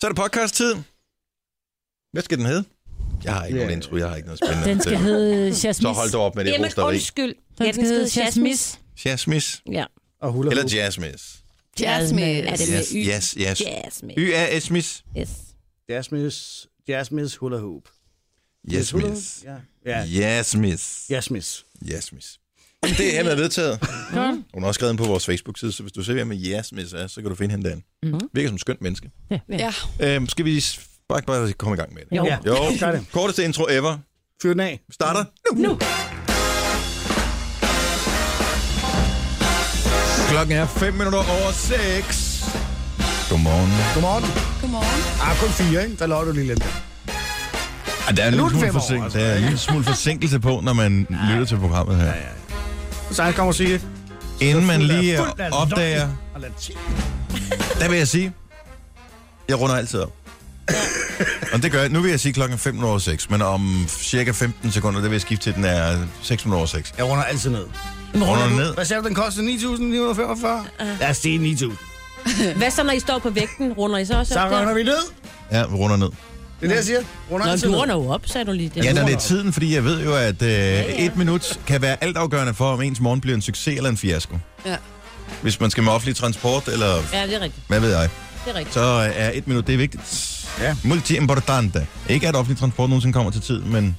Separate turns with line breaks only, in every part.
Så er det podcast-tid. Hvad skal den hedde? Jeg har ikke yeah. nogen intro, jeg har ikke noget spændende.
Den skal hedde Jasmis.
Så hold da op med det
Jamen,
rosteri.
undskyld.
Den skal hedde Jasmis.
Jasmis.
Ja.
Og hula
Eller
hoop.
Jasmis.
Jasmine. Er det med
Yes,
Y?
yes, yes.
Jasmine.
Y-A-S-Mis.
Yes.
Jasmis, Jasmis hula hoop. Hula hoop?
Jasmis.
Ja. ja.
Jasmis.
Jasmis.
Jasmis. Jamen, Det er hermed vedtaget. Hun har også skrevet den på vores Facebook-side, så hvis du ser, hvem en Jasmis er, så kan du finde hende derinde.
Mhm.
Virker som et skønt menneske.
Ja.
Øhm, skal vi s- bare, bare komme i gang med det?
Jo.
Ja.
Jo,
Gør det.
korteste intro ever.
Fyr den af.
Vi starter nu. Klokken er 5 minutter over 6. Godmorgen.
Godmorgen.
Godmorgen.
Ah, kun fire, ikke? Der løg du lige lidt.
Ah, der er en
Nu
lille
er det
smule,
fem over,
forsin-
altså.
der er en lille smule forsinkelse på, når man lytter til programmet her.
Så han kommer og siger,
Inden man lige
Fuld af
opdager,
løgn og latin.
der vil jeg sige, jeg runder altid op. og det gør jeg. Nu vil jeg sige klokken 5 over 6, men om cirka 15 sekunder, der vil jeg skifte til, at den er 6 minutter over 6.
Jeg runder altid ned.
Runder den ned.
Hvad sagde du, den kostede 9.945? Lad os sige 9.000.
Hvad så, når I står på vægten? Runder I så også
Så
op der?
runder vi ned.
Ja, vi runder ned.
Det er det, jeg siger. Runder
Nå,
altid
du
ned.
runder jo op, sagde du lige. Det.
Ja,
der
når det er tiden, fordi jeg ved jo, at øh, ja, ja. et minut kan være altafgørende for, om ens morgen bliver en succes eller en fiasko.
Ja.
Hvis man skal med offentlig transport, eller
Ja, det er rigtigt.
hvad ved jeg,
Det er rigtigt.
så er et minut, det er vigtigt.
Ja.
Multi-importante. Ikke at offentlig transport nogensinde kommer til tid, men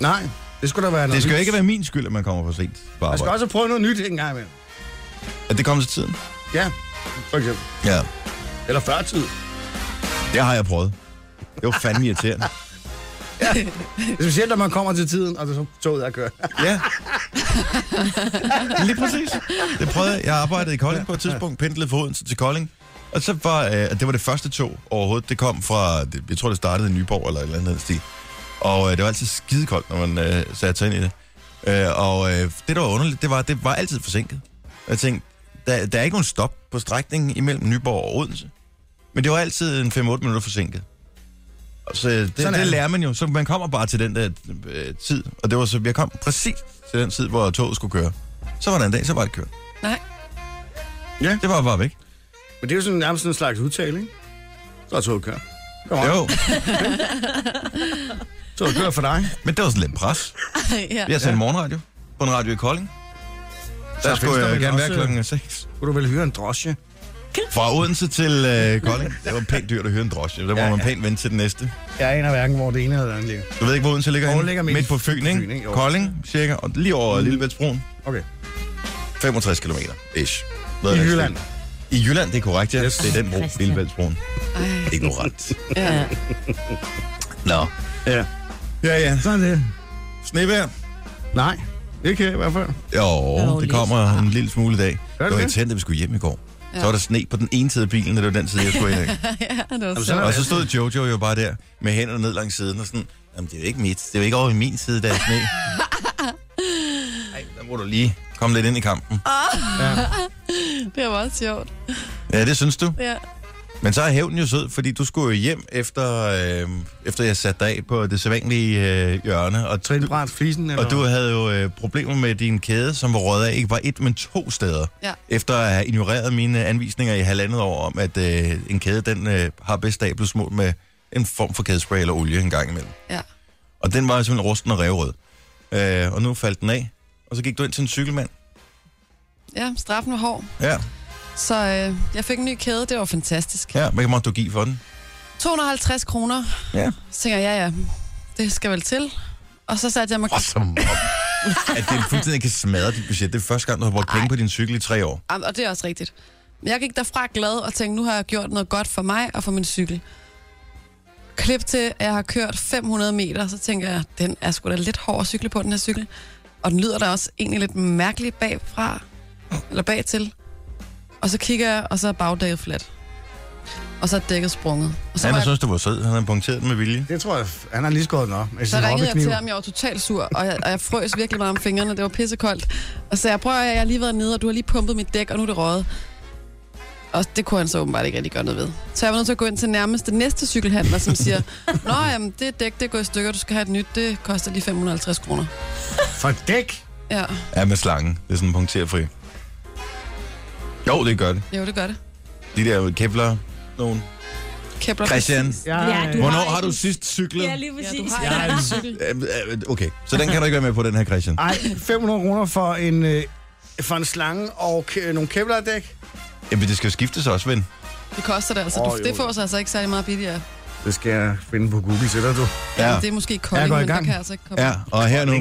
Nej, det skulle da være noget
det skal jo
nyt.
ikke være min skyld, at man kommer for sent på
Man skal
arbejde.
også prøve noget nyt en gang imellem.
At det kommer til tiden.
Ja, for eksempel.
Ja,
Eller før tid.
det har jeg prøvet. Det var fandme irriterende.
Specielt, når man kommer til tiden, og så toget er kørt.
Ja. Lige præcis. Det prøvede jeg. Jeg arbejdede i Kolding på et tidspunkt, pendlede fra Odense til Kolding. Og så var, øh, det var det første tog overhovedet. Det kom fra, det- jeg tror det startede i Nyborg eller et eller andet den stil. Og øh, det var altid skidekoldt, når man øh, satte sig ind i det. Øh, og øh, det, der var underligt, det var, det var altid forsinket. Og Jeg tænkte, der, der er ikke nogen stop på strækningen imellem Nyborg og Odense. Men det var altid en 5-8 minutter forsinket. Og Så øh, det,
Sådan er
det
det.
lærer man jo. Så man kommer bare til den der øh, tid. Og det var så, jeg kom præcis til den tid, hvor toget skulle køre. Så var der en dag, så var det kørt.
Nej.
Ja.
Det var bare væk.
Men det er jo sådan, nærmest sådan en slags udtale, ikke? Så er toget kørt. Kom on.
Jo,
Toget kørt for dig.
men det var sådan lidt pres.
ja.
Jeg sendte morgenradio på en radio i Kolding. Der
findes
skulle
der
jeg
vel
gerne være
også-
klokken 6.
Kunne du vel hyre en drosje?
Fra Odense til øh, Kolding. Det var pænt dyrt at høre en drosje. Der må
Ja,
man
ja.
pænt vente til den næste.
Jeg aner hverken, hvor det ene eller det andet ligger.
Du ved ikke, hvor Odense ligger
Hvor
henne?
ligger
midt,
midt
på
på
Fyn, ikke?
Fyn, ikke? Jo.
Kolding, cirka. Og lige over mm. Lillebæltsbroen.
Okay.
65 km, ish.
I
Noget af den
Jylland.
stil. I Jylland, det er korrekt, ja.
Yes.
Det er den bro,
Christian.
Lillebæltsbroen.
Ej,
Ignorant.
ja.
Nå.
Ja.
Ja, ja.
Sådan er det.
Snevejr.
Nej, det kan jeg i hvert fald.
Jo, det
lidt.
kommer en lille smule i dag.
Gør
Det
det
var
det?
irriterende, at vi skulle hjem i går. Så var der sne på den ene side af bilen, og det var den side, jeg skulle ind.
ja, det var
Jamen,
så.
sådan er
Og så stod Jojo jo bare der med hænderne ned langs siden og sådan, jamen det er jo ikke mit, det er jo ikke over i min side, der er sne. Ej, der må du lige komme lidt ind i kampen.
Det var meget sjovt.
Ja, det synes du.
Ja.
Men så er hævnen jo sød, fordi du skulle jo hjem efter, øh, efter jeg satte dig af på det sædvanlige øh, hjørne. Og,
Trine Brandt Flisen, eller?
og du havde jo øh, problemer med din kæde, som var røget af ikke bare et, men to steder.
Ja.
Efter at have ignoreret mine øh, anvisninger i halvandet år om, at øh, en kæde den øh, har bedst af at blive smurt med en form for kædespray eller olie en gang imellem.
Ja.
Og den var simpelthen rusten og revrød. Øh, og nu faldt den af, og så gik du ind til en cykelmand.
ja, straffen var hård.
Ja,
Så øh, jeg fik en ny kæde, det var fantastisk.
ja. Hvad måtte du give for den?
250 kroner.
Ja.
Så tænker jeg, ja, ja, det skal vel til. Og så satte jeg mig...
Og som at det fuldstændig kan smadre dit budget. Det er første gang, du har brugt penge på din cykel i tre år.
Jamen, Og det er også rigtigt. Jeg gik derfra glad og tænkte, nu har jeg gjort noget godt for mig og for min cykel. Klip til, at jeg har kørt 500 meter, så tænker jeg, den er sgu da lidt hård at cykle på, den her cykel. Og den lyder da også egentlig lidt mærkelig bagfra, eller bagtil. Og så kigger jeg, og så er bagdækket fladt. Og så er dækket sprunget. Og så,
Han
var
har
jeg,
syntes, du var sød. Han har punkteret den med vilje.
Det tror jeg, han har lige skåret den op. med
så
sin
ringede jeg til
hobbykniv.
ham, jeg var totalt sur, og jeg, og jeg frøs virkelig meget om fingrene, det var pissekoldt. Og så sagde jeg, prøv at høre, jeg har lige været nede, og du har lige pumpet mit dæk, og nu er det røget. Og det kunne han så åbenbart ikke rigtig gøre noget ved. Så jeg var nødt til at gå ind til nærmeste næste cykelhandler, som siger, Nå, jamen, det dæk, det er gået i stykker, du skal have et nyt, det koster lige 550 kroner.
For dæk.
Ja,
Ja, med slangen. Det er sådan punkterfri. Jo, det gør det.
jo, det gør det.
De der Kevlar, nogen.
Kepler.
Christian,
Ja, du
hvornår
har
har du
ikke-
sidst cyklet?
Ja, lige
Ja, du
præcis.
har
Ja,
en cykel.
Øh, øh, Okay, så den kan du ikke være med på, den her Christian.
Ej, 500 kroner for en, øh, for en slange og ke- nogle kevlar-dæk.
Jamen, det skal jo skiftes også, ven.
Det koster det altså.
Åh,
Du, det
jo.
får sig altså ikke særlig meget billigere. Altså,
Det skal jeg finde på Google til dig, du.
Ja,
Det er måske
Jeg
kolding,
går i
men der
gang.
kan jeg altså ikke komme.
ja og her nu.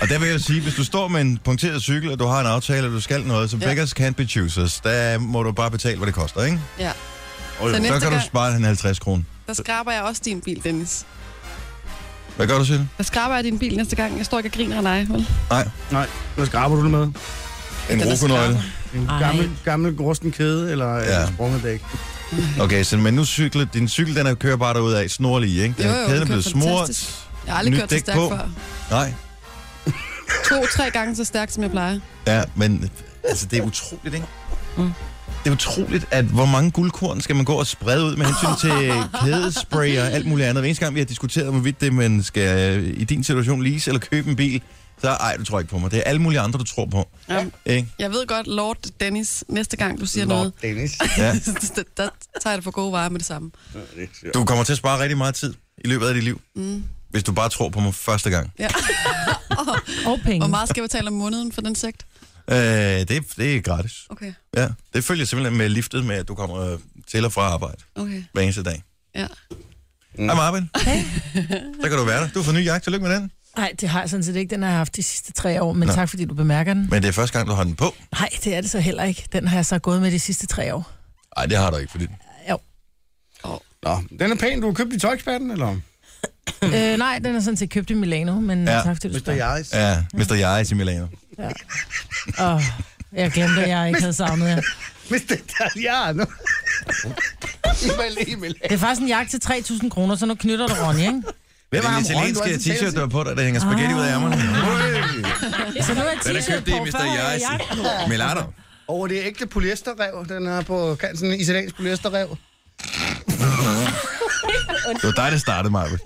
Og der vil jeg jo sige, hvis du står med en punkteret cykel, og du har en aftale, og du skal noget, så
Ja.
beggars can't be choosers. Der må du bare betale, hvad det koster, ikke?
ja.
jo.
Så
Så
næste
kan du
gang,
spare den 50 kroner.
der skraber jeg også din bil, Dennis.
Hvad gør du, Sille?
Der skraber jeg din bil næste gang. Jeg står ikke og griner af dig, vel?
Nej,
Nej, hvad skraber du det med?
en
Den er
rokonøgle.
En
Ej.
gammel, gammel grusten kæde eller
Ja.
ja. en sprunget dæk?
Okay, så men nu cykler, din cykel, den er kører bare derud af, snorlig, ikke? Den
Jo,
er
jo,
kæden er
den
blevet
kører
smurt.
fantastisk. Jeg har aldrig
Nyt
kørt så
dæk
stærkt
på.
før.
Nej,
To-tre gange så stærkt, som jeg plejer.
ja, men altså, det er utroligt, ikke? Det er utroligt, at hvor mange guldkorn skal man gå og sprede ud med hensyn til kædespray og alt muligt andet. Hver eneste gang, vi har diskuteret, hvorvidt det, man skal øh, i din situation lease eller købe en bil, så ej, du tror ikke på mig. Det er alle mulige andre, du tror på.
Ja.
Ikke?
Jeg ved godt, Lord Dennis, næste gang du siger
Nå,
noget,
Dennis.
Ja.
der, der tager jeg det for gode varer med det samme.
Du kommer til at spare rigtig meget tid i løbet af dit liv, mm. hvis du bare tror på mig første gang.
Ja.
Og penge.
Hvor meget skal jeg betale om måneden for den sekt?
Øh, det, det er gratis.
Okay,
Ja, det følger simpelthen med liftet med, at du kommer øh, til og fra arbejde
okay,
hver eneste dag.
ja.
Mm. Hej Marvin. Hey. Så kan du være der. Du får ny jagt. Tillykke med den.
Nej, det har jeg sådan set ikke. Den har jeg haft de sidste tre år, men Nå. tak fordi du bemærker den.
Men det er første gang, du har den på.
Nej, det er det så heller ikke. Den har jeg så gået med de sidste tre år.
Nej, det har du ikke, fordi...
Jo.
Nå, den er pæn. Du har købt i tøjkspatten, eller?
øh, nej, den er sådan set købt i Milano, men
Ja,
ja. tak fordi du spørger.
Jaris.
Ja, Mr. Jaris i Milano.
Åh, jeg glemte, at jeg ikke havde savnet jer.
Mr. Italiano. Emil, Emil.
Det er faktisk en jagt til 3.000 kroner, så nu knytter du Ronny, ikke?
Hvem
ham,
Den
Ron?
italienske
Du har altid
t-shirt,
talt
du har på dig, der hænger spaghetti ud af ærmerne.
Så nu er jeg
Den er købt i Mr. Jaris i Milano.
Over det er ægte polyesterrev. Den er på kanten en italiensk polyesterrev.
Det var dig, der startede, Marvin.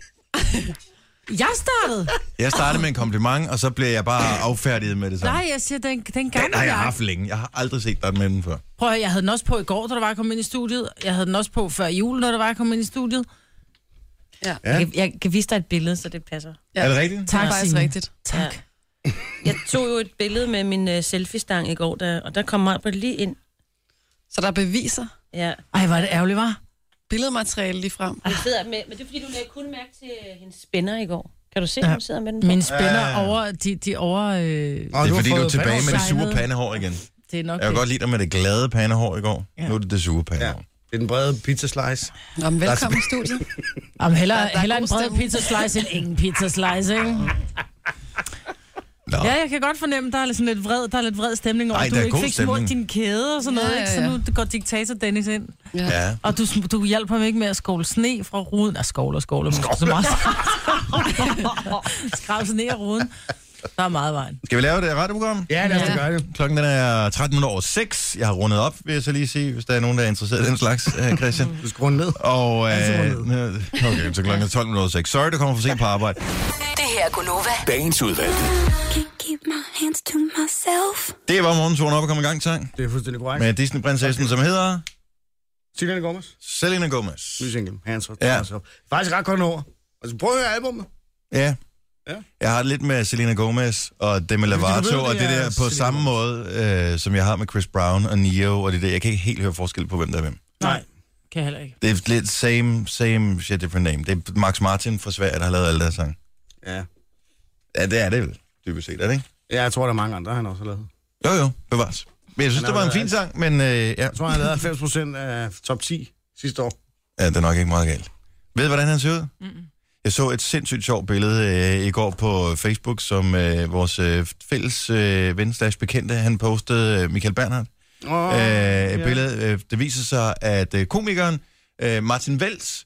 Jeg startede.
Jeg startede med en kompliment, og så blev jeg bare affærdiget med det samme.
Nej, jeg siger, den, den
Den
gamle
har jeg
jagt.
haft længe. Jeg har aldrig set dig med den før.
Prøv at høre, jeg havde den også på i går, da du var kommet ind i studiet. Jeg havde den også på før jul, når du var kommet ind i studiet.
Jeg, kan- jeg kan vise dig et billede, så det passer.
ja.
Er det rigtigt?
Det
Tak,
er faktisk
Signe.
rigtigt.
Tak.
Ja. Jeg tog jo et billede med min uh, selfie-stang i går, der, og der kom mig lige ind.
Så der er beviser.
Ja.
Ej, var det ærgerligt, var?
Billedmateriale lige frem.
Jeg sidder med, men det er fordi, du lagde kun mærke til øh, hendes spænder i går. Kan du se,
Ja.
hun sidder med den på?
Min spænder ja, ja, ja. over, de, de over... Øh,
Og
Det er
har
fordi, du er
fået
tilbage med det sure
Sejlede.
pandehår igen.
det er nok
Jeg kan godt lide dig med det glade pandehår i går.
Ja.
Nu er det det sure
Ja,
pandehår.
det er den brede pizza slice.
Nå, men velkommen i studiet.
Jamen,
Der- der
hellere,
er
hellere
god
en bred
stemning.
pizza slice end ingen pizza slice, ikke?
Nå.
Ja, jeg kan godt fornemme, der er lidt sådan lidt vred, der er lidt vred stemning over,
Ej,
at du
der er
ikke
god
fik smurt
stemning.
din kæde og sådan
Ja,
noget, ikke? Så
ja,
nu
ja.
går diktator Dennis ind.
Ja.
Ja.
Og du, sm- du hjalp ham ikke med at skåle sne fra ruden. Ah, skåle og skåle, men så meget. Skrav sne af ruden. Der er meget vejen.
Skal vi lave det radioprogram?
Ja, lad os da
Ja.
gøre det.
Klokken den er 13 minutter over 6. Jeg har rundet op, vil jeg så lige sige, hvis der er nogen, der er interesseret i den slags, øh, Christian.
Du skal runde ned.
Og,
Altså
øh,
rundet.
øh, okay, så klokken er 12 minutter over 6. Sorry, du kommer for sent på arbejde.
Det her er Gunova.
Dagens udvalgte.
Can't keep my hands to myself.
Det var morgenturen op og komme i gang sang
Det er fuldstændig korrekt.
med Disney-prinsessen, som hedder
Silvia Gomez.
Selena Gomez.
Ny single. Hands up.
Ja.
Hands up. Faktisk ret godt over. Altså, prøv at høre albumet.
Ja.
Ja.
Jeg har det lidt med Selena Gomez og Demi
du ved,
Lovato
det
og det
er
der på
Selena
samme
Gomez.
måde, øh, som jeg har med Chris Brown og Neo og det der. Jeg kan ikke helt høre forskel på, hvem der er hvem.
Nej, kan jeg heller ikke.
Det er lidt same, same shit, different name. Det er Max Martin fra Sverige, der har lavet alle deres sange.
Ja.
Ja, det er det vel, dybest set, er det ikke?
Ja, jeg tror, der er mange andre, han også har lavet.
Jo, jo, bevares. Men jeg synes,
Han
det var en
har
fin
været
sang, men øh, ja.
Jeg tror, han har lavet 90 procent af top 10 sidste år.
ja, det er nok ikke meget galt. Ved du, hvordan han ser ud? Mm-mm. Jeg så et sindssygt sjovt billede øh, i går på Facebook, som øh, vores øh, fælles øh, ven slash bekendte, han postede, øh, Michael Bernhardt.
Åh,
Oh, øh, et billede, øh, det viser sig, at øh, komikeren øh, Martin Vels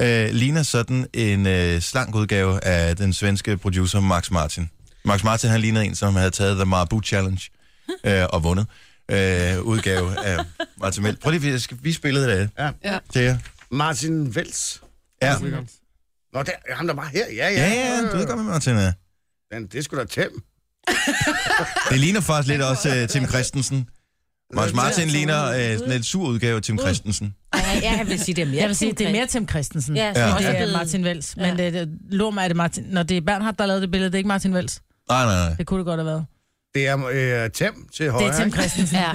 øh, ligner sådan en øh, slank udgave af den svenske producer Max Martin. Max Martin, han lignede en, som havde taget The Marabu Challenge øh, og vundet øh, udgave af Martin Vels. Prøv lige, jeg skal vise billedet af det
Ja.
Ja.
til jer.
Martin Vels.
Ja.
Nå, der, er ham der var her. Ja, ja.
Ja, ja, du ved godt, hvad Martin er.
Den, det skulle da Tim.
Det ligner faktisk lidt også øh, Tim Christensen. Max Martin ligner øh, sådan en sur udgave af Tim Christensen.
Ja, ja, jeg vil sige, det er mere.
Jeg vil sige, det er mere Tim Christensen.
Ja,
Ja,
så
ja.
også
Også det
blevet-
er Martin Vels. Men ja. det, det, lur mig, er det Martin... Når det er Bernhard, der lavede det billede, det er ikke Martin Vels.
Nej, nej, nej.
Det kunne det godt have været.
Det er øh, Tim til
Det
højre.
er Tim
ikke?
Christensen.
Ja.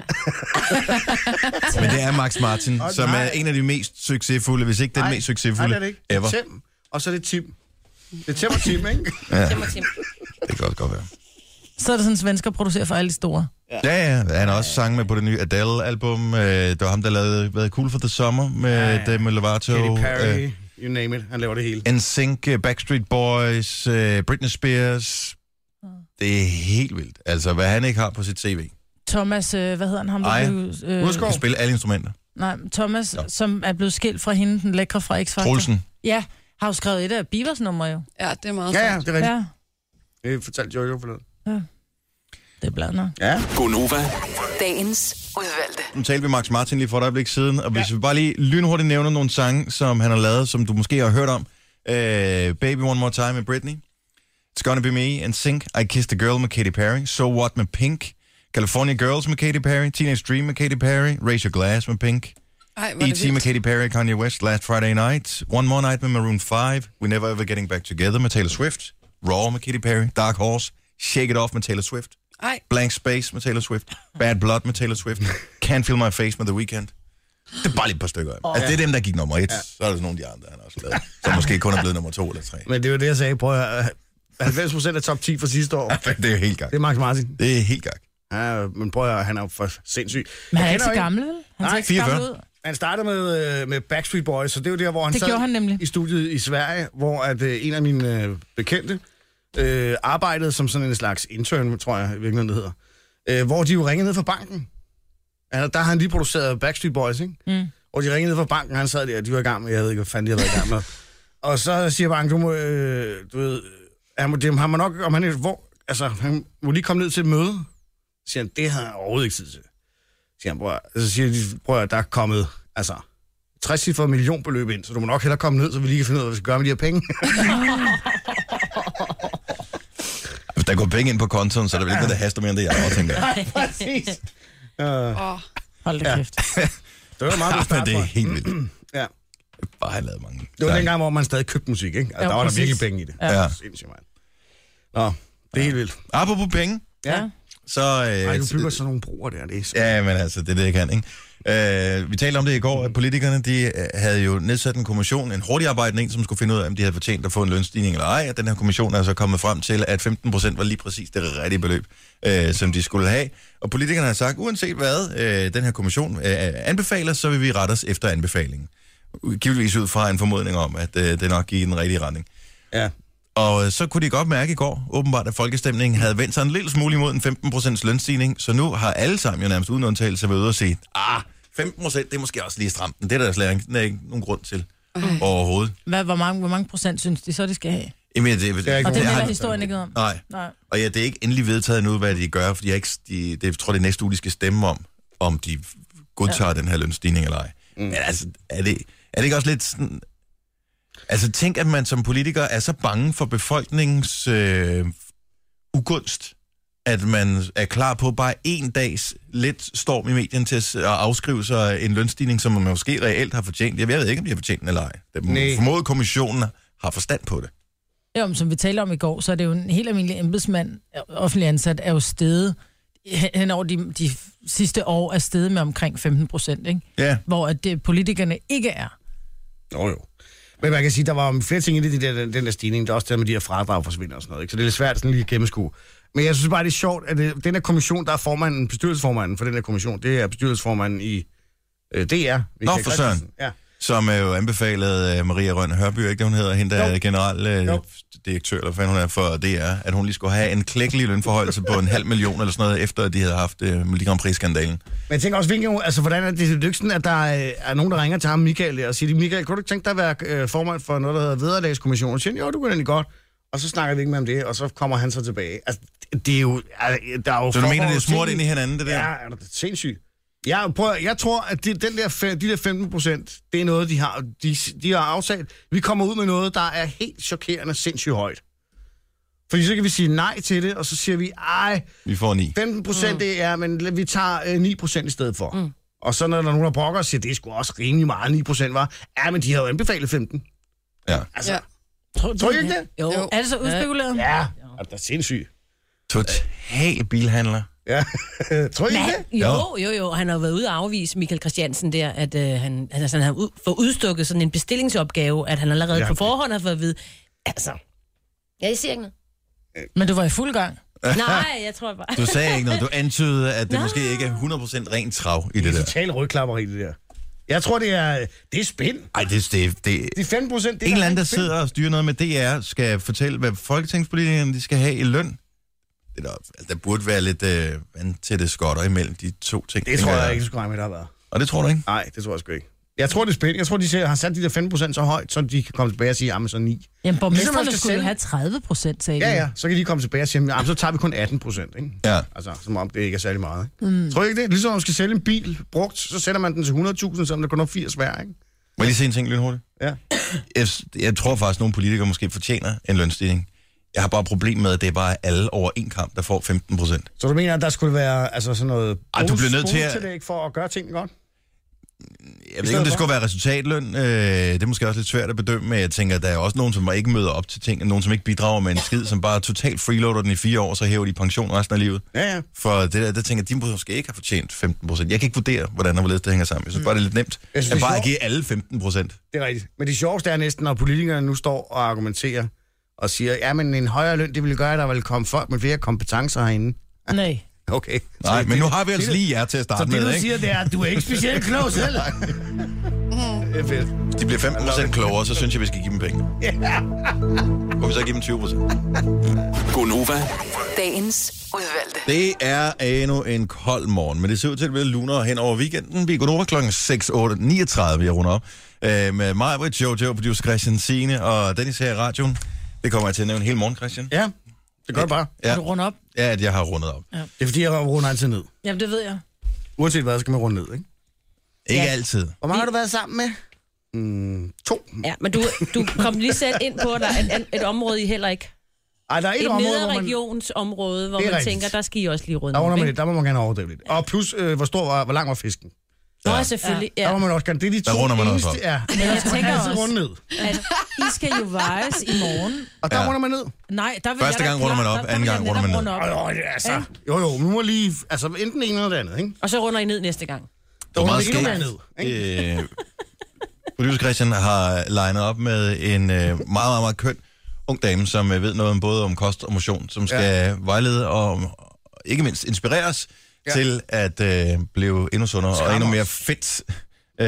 Men det er Max Martin,
Åh,
som
nej.
er en af de mest succesfulde, hvis ikke den mest succesfulde
nej, det er det ikke. Det er
ever.
Tim, og så er det Tim. Det er Tim og Tim, ikke?
Tim og Tim.
Det kan også godt være.
Så er det sådan, svensker producerer for alle de store.
Ja, ja. Han har også sang med på det nye Adele-album. Øh, Det var ham, der lavede hvad, Cool for the Summer med ja, ja. Demi Lovato.
Katy
øh,
Perry, you name it. Han laver det hele.
NSYNC, øh, Backstreet Boys, øh, Britney Spears.
Mm.
Det er helt vildt. Altså, hvad han ikke har på sit CV.
Thomas, øh, hvad hedder han? Ham, der
Eja.
blev, øh,
Han kan spille alle instrumenter.
Nej, Thomas,
Nå.
Nå. som er blevet skilt fra hende, den lækre fra X-Factor.
Troelsen.
Ja, har jo skrevet et af Bivers numre jo.
Ja, det er meget
Ja, ja,
sjovt.
det er rigtigt.
Ja,
Ja. Det fortalte Jojo forleden.
det er blandt andet.
Ja.
Gonova,
Dagens udvalgte.
Nu talte vi Max Martin lige for et øjeblik siden, og hvis ja. vi bare lige lynhurtigt nævner nogle sange, som han har lavet, som du måske har hørt om. Øh, Baby One More Time med Britney. It's Gonna Be Me and Sink. I Kissed a Girl med Katy Perry. So What med Pink. California Girls med Katy Perry. Teenage Dream med Katy Perry. Raise Your Glass med Pink.
Ej, hvor er det
E.T. med
vildt.
Katy Perry og Kanye West. Last Friday Night. One More Night med Maroon 5. We Never Ever Getting Back Together med Taylor Swift. Raw med Katy Perry. Dark Horse. Shake It Off med Taylor Swift.
Ej,
Blank Space med Taylor Swift. Bad Blood med Taylor Swift. Can't Feel My Face med The Weeknd. Det er bare lige et par stykker af dem. Altså, det er dem, der gik nummer et. Så er der sådan nogle af de andre, han også lavede, som måske kun er blevet nummer to eller tre.
Men det var det, jeg sagde. Prøv at høre. 90 procent af top 10 fra sidste år.
Det er jo helt gak.
Det er Max Martin.
Det er helt gak.
Ja, men prøv at høre, han er jo for sindssyg.
Men han
Jeg
er ikke
kender
så
jo
gammel, vel? Han
Nej,
ser ikke så gammel
44.
ud.
Han startede med, øh, med Backstreet Boys, så det er jo der, hvor han
Det
sad
gjorde han nemlig.
i studiet i Sverige, hvor at, øh, en af mine øh, bekendte øh, arbejdede som sådan en slags intern, tror jeg i virkeligheden, det hedder. Øh, hvor de jo ringede ned fra banken. Altså, der har han lige produceret Backstreet Boys, ikke? Mm. Og de ringede ned fra banken, og han sad der, og de var i gang med, jeg ved ikke, hvad fanden de havde været i gang med. og så siger banken, du må, øh, du ved, han må, det har man nok, om han, er- hvor, altså, han må lige komme ned til et møde. Så siger han, det har jeg overhovedet ikke tid til. Så Siger han, prøv, at- så siger de, prøv at høre, der er kommet, altså, 60 for millionbeløb ind, så du må nok hellere komme ned, så vi lige kan finde ud af, hvad vi skal gøre med de her penge.
Hvis der går penge ind på kontoen, så er der vel ikke noget, der haster mere end det, jeg også tænker. jeg.
Præcis.
åh,
Hold da kæft.
Det var meget godt
Ja, men
start,
det er
det...
helt vildt.
Ja.
Bare han lavede mange.
det var
Nej.
dengang, hvor man stadig købte musik, ikke? Altså,
Jo,
der var der
præcis.
virkelig penge i det.
Ja.
Ja.
Sindssygt, mand. Nå, det er helt vildt.
Apropos penge,
Ja.
så...
Ej,
Øh,
du bygger sådan nogle broer der, det er så...
Ja, men altså, det er det, jeg kan, ikke? Øh, vi talte om det i går, at politikerne de øh, havde jo nedsat en kommission, en hurtigarbejdende en, som skulle finde ud af, om de havde fortjent at få en lønstigning eller ej. Og den her kommission er så kommet frem til, at 15 procent var lige præcis det rigtige beløb, øh, som de skulle have. Og politikerne har sagt, uanset hvad øh, den her kommission øh, anbefaler, så vil vi rette os efter anbefalingen. Givetvis ud fra en formodning om, at øh, det nok gik i den rigtige retning.
ja.
Og øh, så kunne de godt mærke i går, åbenbart, at folkestemningen havde vendt sig en lille smule imod en 15% lønstigning, så nu har alle sammen jo nærmest uden undtagelse været ude og sige, ah, 15% det er måske også lige stramt, men det er der slet ikke, der er ikke nogen grund til overhovedet.
Hvad, hvor, mange, hvor mange procent synes de så, de skal have?
Jamen, det, det, det,
er ikke
Og det
Det
melder
har-
historien ikke noget om.
Nej.
Nej.
Og ja, det er ikke endelig vedtaget endnu, hvad de gør, fordi jeg, ikke, de, det, jeg tror, det er næste uge, de skal stemme om, om de godtager ja. den her lønstigning eller ej. Mm. Men altså, er det, er det ikke også lidt sådan... Altså, tænk, at man som politiker er så bange for befolkningens øh, ugunst, at man er klar på bare en dags lidt storm i medien til at s- at afskrive sig en lønstigning, som man måske reelt har fortjent. Jeg ved ikke, om de har fortjent den eller ej. Det
Nej.
er formodet, kommissionen har forstand på det.
Jo, men som vi talte om i går, så er det jo en helt almindelig embedsmand, øh, offentlig ansat, er jo steget hen over de, de sidste år er steget med omkring 15 procent, ikke?
Ja.
Hvor at det, politikerne ikke er.
Jo, jo. Men man kan sige, der var jo flere ting i det, de der, den der stigning. Der er også det med de her fradrag forsvinder og sådan noget. Ikke? Så det er lidt svært sådan lige at gennemskue. Men jeg synes bare, det er sjovt, at det, den her kommission, der er formanden, bestyrelsesformanden for den her kommission, det er bestyrelsesformanden i øh, DR. Michael
for
Christensen.
søren.
Ja.
Som øh, jo anbefalede øh, Maria Røn Hørby, ikke det hun hedder, hende der
Jo.
er
Jo.
generaldirektør, eller hvad fanden hun er for DR, at hun lige skulle have en klækkelig lønforhøjelse på en halv million eller sådan noget, efter at de havde haft øh, Melodi Grand Prix-skandalen.
Men jeg tænker også, hvilken, altså, hvordan er det, det er jo ikke sådan, at der øh, er nogen, der ringer til ham, Michael, der, og siger, Michael, kunne du ikke tænke dig at være øh, formand for noget, der hedder Vederlagskommissionen? Og siger, han, jo, du kunne egentlig godt. Og så snakker vi ikke med om det, og så kommer han så tilbage. Altså, det- det er jo... Altså, der er jo
Så du mener,
foregår
det er smurt
ting
ind i hinanden, det der?
Ja, er du sindssygt. Ja, prøv, at- jeg tror, at det, den der, fe- de der 15 procent, det er noget, de har, de, de har aftalt. Vi kommer ud med noget, der er helt chokerende sindssygt højt. Fordi så kan vi sige nej til det, og så siger vi, ej,
Vi får ni.
15 procent, mm. det er, men vi tager øh, 9 procent i stedet for. Mm. Og så når der er nogen, der brokker og siger, det er sgu også rimelig meget, 9% var. Ja, men de havde jo anbefalet 15.
Ja.
Altså,
Ja.
ja. tror I ikke det?
Jo.
Jo.
Er det så udspekuleret? Ja.
Ja, er da sindssygt.
Total bilhandler.
Ja, tror I ikke det?
Jo, jo, jo. Han har jo været ude at afvise Michael Christiansen der, at øh, han, altså, han har ud, fået udstukket sådan en bestillingsopgave, at han allerede
Ja.
ja. på forhånd har fået at vide. Altså, ja, jeg siger ikke noget.
Men du var i fuld gang.
Nej, jeg tror bare.
Du sagde ikke noget. Du antydede, at det
Nå.
måske ikke er 100% ren trav i det
Det er
der.
total rygklapperi, det der. Jeg tror, det er, det er spænd.
Ej, det, det, det,
Det er 5 procent.
en eller anden, der sidder og styrer noget med DR, skal fortælle, hvad folketingspolitikerne de skal have i løn. Det der, altså, der burde være lidt øh, vand til det skotter imellem de to ting.
Det tror
tænker
jeg ikke, du skulle regne med, der har været.
Og det tror du ikke?
Nej, det tror jeg sgu ikke. Jeg tror, det er spændende. Jeg tror, de siger, har sat de der 5 procent så højt, så de kan komme tilbage og sige, jamen så 9.
Jamen,
Ligesom man
borgmesterne
skal
skulle jo
sælge.
have 30 procent, sagde
Ja,
de.
ja, så kan de komme tilbage og sige, jamen så tager vi kun 18 procent, ikke?
Ja.
Altså, som om det ikke er særlig meget. Ikke? Mm. Tror I ikke det? Ligesom når man skal sælge en bil brugt, så sætter man den til 100.000, selvom der kun er 80 hver, ikke?
Må jeg lige se en ting lynhurtigt?
Ja.
Jeg, jeg tror faktisk, at nogle politikere måske fortjener en lønstigning. Jeg har bare et problem med, at det er bare alle over en kamp, der får 15 procent.
Så du mener, at der skulle være altså sådan noget
Ej, du bliver nødt til at-
at... for at gøre tingene godt?
Jeg ved ikke, om det skulle være resultatløn. Øh, det er måske også lidt svært at bedømme, men jeg tænker, at der er også nogen, som ikke møder op til ting, og nogen, som ikke bidrager med en skid, som bare totalt freeloader den i fire år, så hæver de pension resten af livet.
Ja, ja.
For det der, der tænker, jeg, de måske ikke har fortjent 15 procent. Jeg kan ikke vurdere, hvordan og hvorledes det hænger sammen. Jeg synes bare, det er lidt nemt.
Jeg synes,
at
det er
bare
sjovt.
give alle 15 procent.
Det er rigtigt. Men det sjoveste er næsten, når politikerne nu står og argumenterer og siger, ja, men en højere løn, det ville gøre, at der ville komme folk med flere kompetencer herinde.
Nej.
Okay.
Nej, men nu har vi altså lige jer til at starte
Så det,
med,
du
ikke?
siger, det er, at du er ikke specielt klog selv. det er fedt.
Hvis de bliver 15 procent klogere, så synes jeg, vi skal give dem penge. Kunne vi så give dem 20 procent?
Gonova,
Dagens udvalgte.
Det er endnu en kold morgen, men det ser ud til at blive lunere hen over weekenden. Vi går over kl. 6.39, jeg runder op, øh, med mig, Britt, Jojo, producer Christian Sine og Dennis her i radioen. Det kommer jeg til at nævne hele morgen, Christian.
Ja, det gør det bare.
Ja.
Ja.
Du runde op?
Ja, at jeg har rundet op.
Det er fordi, jeg runder altid ned.
Jamen, det ved jeg.
Uanset hvad, så skal man runde ned, ikke?
Ikke
Ja.
altid.
Hvor mange har du været sammen med? Mm, to.
Ja, men du, du kom lige selv ind på, at der er et, et område, I heller ikke.
Ej, der er et,
Et, et
område, hvor
nedre
man...
regionsområde, hvor
Det er
man
rigtigt.
tænker, der skal I også lige runde.
Der, under
om,
man,
ikke?
der må man gerne overdrive lidt. Og plus, øh, hvor, stor var, hvor lang var fisken?
Nå, selvfølgelig.
Ja. Der
Ja.
må man også gerne. Det er de to
Der runder man også
eneste,
op.
Ja, men
jeg
jeg tænker
tænker
altid
også-
runde ned.
At I skal jo vejes i morgen.
Og der
Ja.
ja. runder man ned.
Nej, der vil
Første
jeg da
gang runder man op,
klart- der- der
anden
vil jeg
gang
netop
runder man ned.
runde op.
Åh, oh, altså. Jo, jo, men nu må lige... Altså, enten det ene eller det andet, ikke?
Og så runder I ned næste gang.
Det var meget
det endnu
skægt.
mere
Øh, producer Christian har legnet op med en øh, meget, meget, meget køn ung dame, som øh, ved noget om både om kost og motion, som skal ja. vejlede og, og ikke mindst inspirere os ja. til at øh, blive endnu sundere og
Skræmme
endnu mere
os.
fedt øh,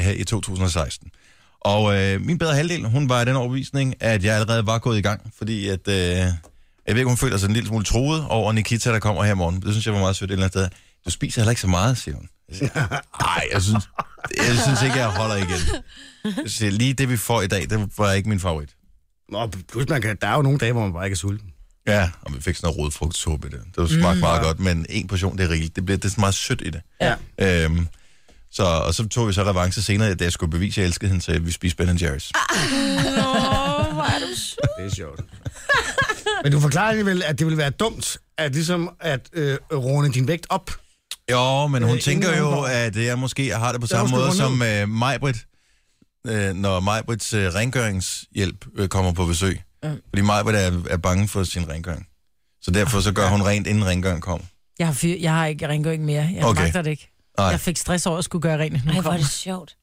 her i 2016. Og øh, min bedre halvdel, hun var i den overbevisning, at jeg allerede var gået i gang, fordi at... Øh, jeg ved ikke, hun føler sig en lille smule troet over Nikita, der kommer her i morgen. Det synes jeg var meget sødt et eller andet sted. Du spiser heller ikke så meget, siger hun. Jeg siger, Nej, jeg synes, jeg synes ikke, jeg holder igen. Jeg siger, lige det, vi får i dag, det var ikke min favorit.
Nå, plus man kan, der er jo nogle dage, hvor man bare ikke er sulten.
Ja, og vi fik sådan noget rodfrugtsuppe. Det, det smagte mm, meget godt, men en portion, det er rigeligt. Det bliver det er sådan meget sødt i det.
Ja.
Øhm, så, og så tog vi så revanche senere, da jeg skulle bevise, at jeg elskede hende, så vi spiste Ben Jerry's.
Det er sjovt. Men du forklarer vel, at det ville være dumt, at ligesom at øh, runde din vægt op.
Jo, men hun
Øh,
tænker
ingen
jo,
undgår.
at jeg måske har det på
er
samme måde
måske
som
rundet.
øh, Majbrit, øh, når Majbrits øh, rengøringshjælp øh, kommer på besøg. Mm. Fordi Majbrit er, er bange for sin rengøring. Så derfor så gør hun rent, inden rengøringen kommer.
Jeg har, fyr, jeg har ikke rengøring mere. Jeg
Okay.
okay. magter det ikke.
Nej.
Jeg fik stress over at skulle gøre rent. inden hun
Ej, hvor er
kom.
det sjovt.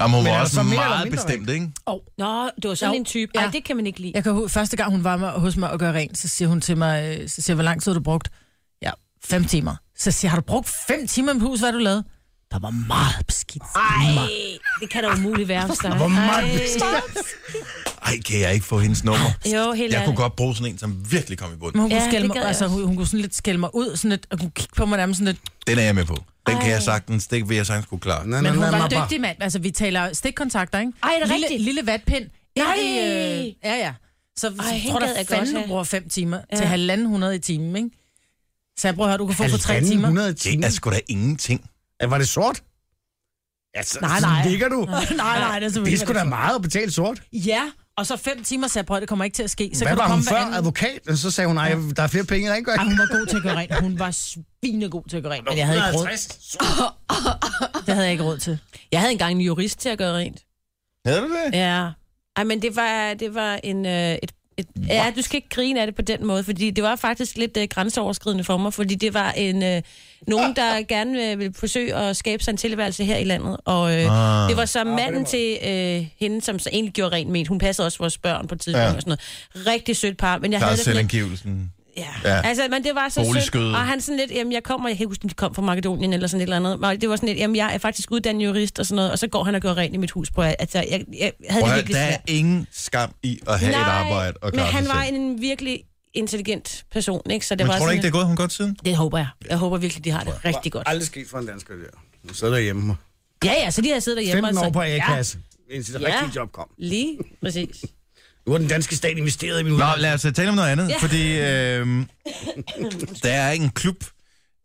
Jamen, hun
Men er
var
der
også
så mere eller
meget
mindre
bestemt, ikke?
Nå, det var sådan
Jo.
en type. Ej,
Ja.
det kan man ikke lide.
Jeg kan huske, første gang hun var med, hos mig og gøre rent, så siger hun til mig, øh, så siger jeg, hvor lang tid har du brugt? Ja, fem timer. Så siger jeg, har du brugt fem timer med hus, hvad har du lavet? Der var meget beskidt.
Ah,
Ej, det kan da umuligt være hos dig. Hvor
Ej, kan jeg ikke få hendes nummer?
Jo, helt
Jeg
ærligt.
kunne godt bruge sådan en, som virkelig kom i
Men
bunden.
hun, ja, kunne
Ja,
skælde
det
mig,
gad jeg
altså, hun, hun, kunne sådan lidt skælde mig ud, sådan lidt, og kunne kigge på mig nærmest sådan lidt.
Den er jeg med på. Den kan jeg sagtens, det vil jeg sagtens kunne klare.
Nej,
Men
nej,
hun
nej,
var
nej,
en
nej.
dygtig mand. Altså, vi taler stikkontakter, ikke?
Ej, er det
lille,
rigtigt?
Lille vatpind.
Nej!
Ikke, øh, ja, ja. Så Ej, jeg
hende
tror
gad
da
jeg
fanden,
godt
du
have.
bruger fem timer ja.
Ja.
til halvanden hundrede i timen, ikke? Så jeg prøver at høre, du kan få for tre
Halvanden
timer.
100
Det
timer.
er sgu da ingenting.
Ja, var det sort? Ja, så,
Nej,
så
nej.
ligger du.
nej, nej, det er
Det er
selvfølgelig.
sgu da meget at betale sort.
Ja, Og så fem timer sagde jeg, prøv, at høre, det kommer ikke til at ske. Så
Hvad
kan
var
du
hun
komme
før?
hver anden-
Advokat? Og så sagde hun, nej, der er flere penge i
Ej,
rengøring.
hun var god til at gøre rent. Hun var svinegod til at gøre rent, men jeg havde
altså-
ikke råd. Det havde jeg ikke råd til.
Jeg havde engang en jurist til at gøre rent.
Havde du det?
Ja. Ej, men det var, det var en... Øh, et, et, ja, du skal ikke grine af det på den måde, fordi det var faktisk lidt øh, grænseoverskridende for mig, fordi det var en øh, nogen, der gerne øh, ville forsøge at skabe sig en tilværelse her i landet. Og øh,
Ah.
det var så manden til øh, hende, som så egentlig gjorde rent med. Hun passede også vores børn på et tidspunkt
Ja.
ja. og sådan noget. Rigtig sødt par, men jeg
Der er
havde det sådan lidt-
selvangivelsen.
Ja.
Ja.
ja. Altså, men det var så
Boligskøde.
sødt. Og han sådan lidt, jamen jeg kommer, jeg kan ikke huske, om de kom fra Makedonien eller sådan et eller andet. Og det var sådan lidt, jamen jeg er faktisk uddannet jurist og sådan noget, og så går han og gør rent i mit hus. På, altså, jeg, jeg, jeg havde
Prøv at,
det
høre,
virkelig
der er
svært.
ingen skam i at have et arbejde og
men
klare
han
sig
var
selv.
en virkelig intelligent person, ikke? Så det
Men
var
tror du
sådan
ikke, det er gået ham godt siden?
det håber jeg. Jeg håber virkelig, de har det rigtig godt.
Aldrig sket for en dansker, det der. Hun sidder derhjemme.
Ja, ja, så de har siddet derhjemme.
15
og så-
år på A-kasse, indtil det
Ja.
rigtige job kom.
Ja, lige præcis.
Nu har den danske stat investeret i min
Nå,
uddannelse.
lad os øh, tale om noget andet, ja. fordi øh, der er ikke en klub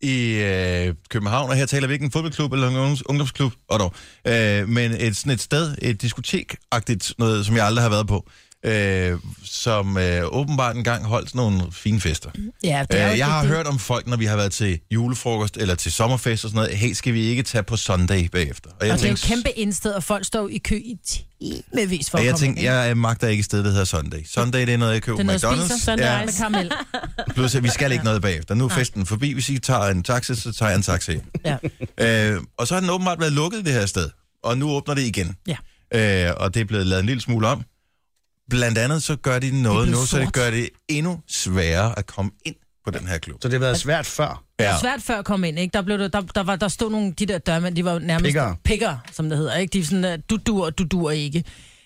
i øh, København, og her taler vi ikke en fodboldklub eller en ungdoms- ungdomsklub, og dog, øh, men et, sådan et sted, et diskotek-agtigt noget, som jeg aldrig har været på, øh, som øh, åbenbart engang holdt sådan nogle fine fester.
Mm-hmm. Ja, det er
Øh,
jo
jeg har
det.
hørt om folk, når vi har været til julefrokost eller til sommerfest og sådan noget, hey, skal vi ikke tage på Sunday bagefter? jeg
Og det er jo
tænkte,
et kæmpe indsted, og folk står jo i kø i timevis for
og
at
jeg
komme ind,
tænkte,
ikke?
jeg øh, magter ikke et sted, der hedder Sunday. Sunday, det er noget, jeg køber
Det er
på
noget, jeg
McDonald's.
spiser,
Sunday
ja.
Med karamel.
Plus, at vi skal ikke noget bagefter. Nu er festen forbi. Hvis I tager en taxa, så tager jeg en taxa.
Ja.
øh, og så har den åbenbart været lukket, det her sted. Og nu åbner det igen.
Ja.
Øh, og det er blevet lavet en lille smule om. Blandt andet så gør de noget
blevet
nu, så det
sort.
gør det endnu sværere at komme ind på den her klub.
Så det har
Altså-
været svært før.
Det var svært før at komme ind, ikke? Der, blev der, der, der, var, der stod nogle, de der dørmænd, de var jo nærmest
Pikkere.
pikker, som det hedder, ikke? De er sådan, øh, du dur, du dur ikke.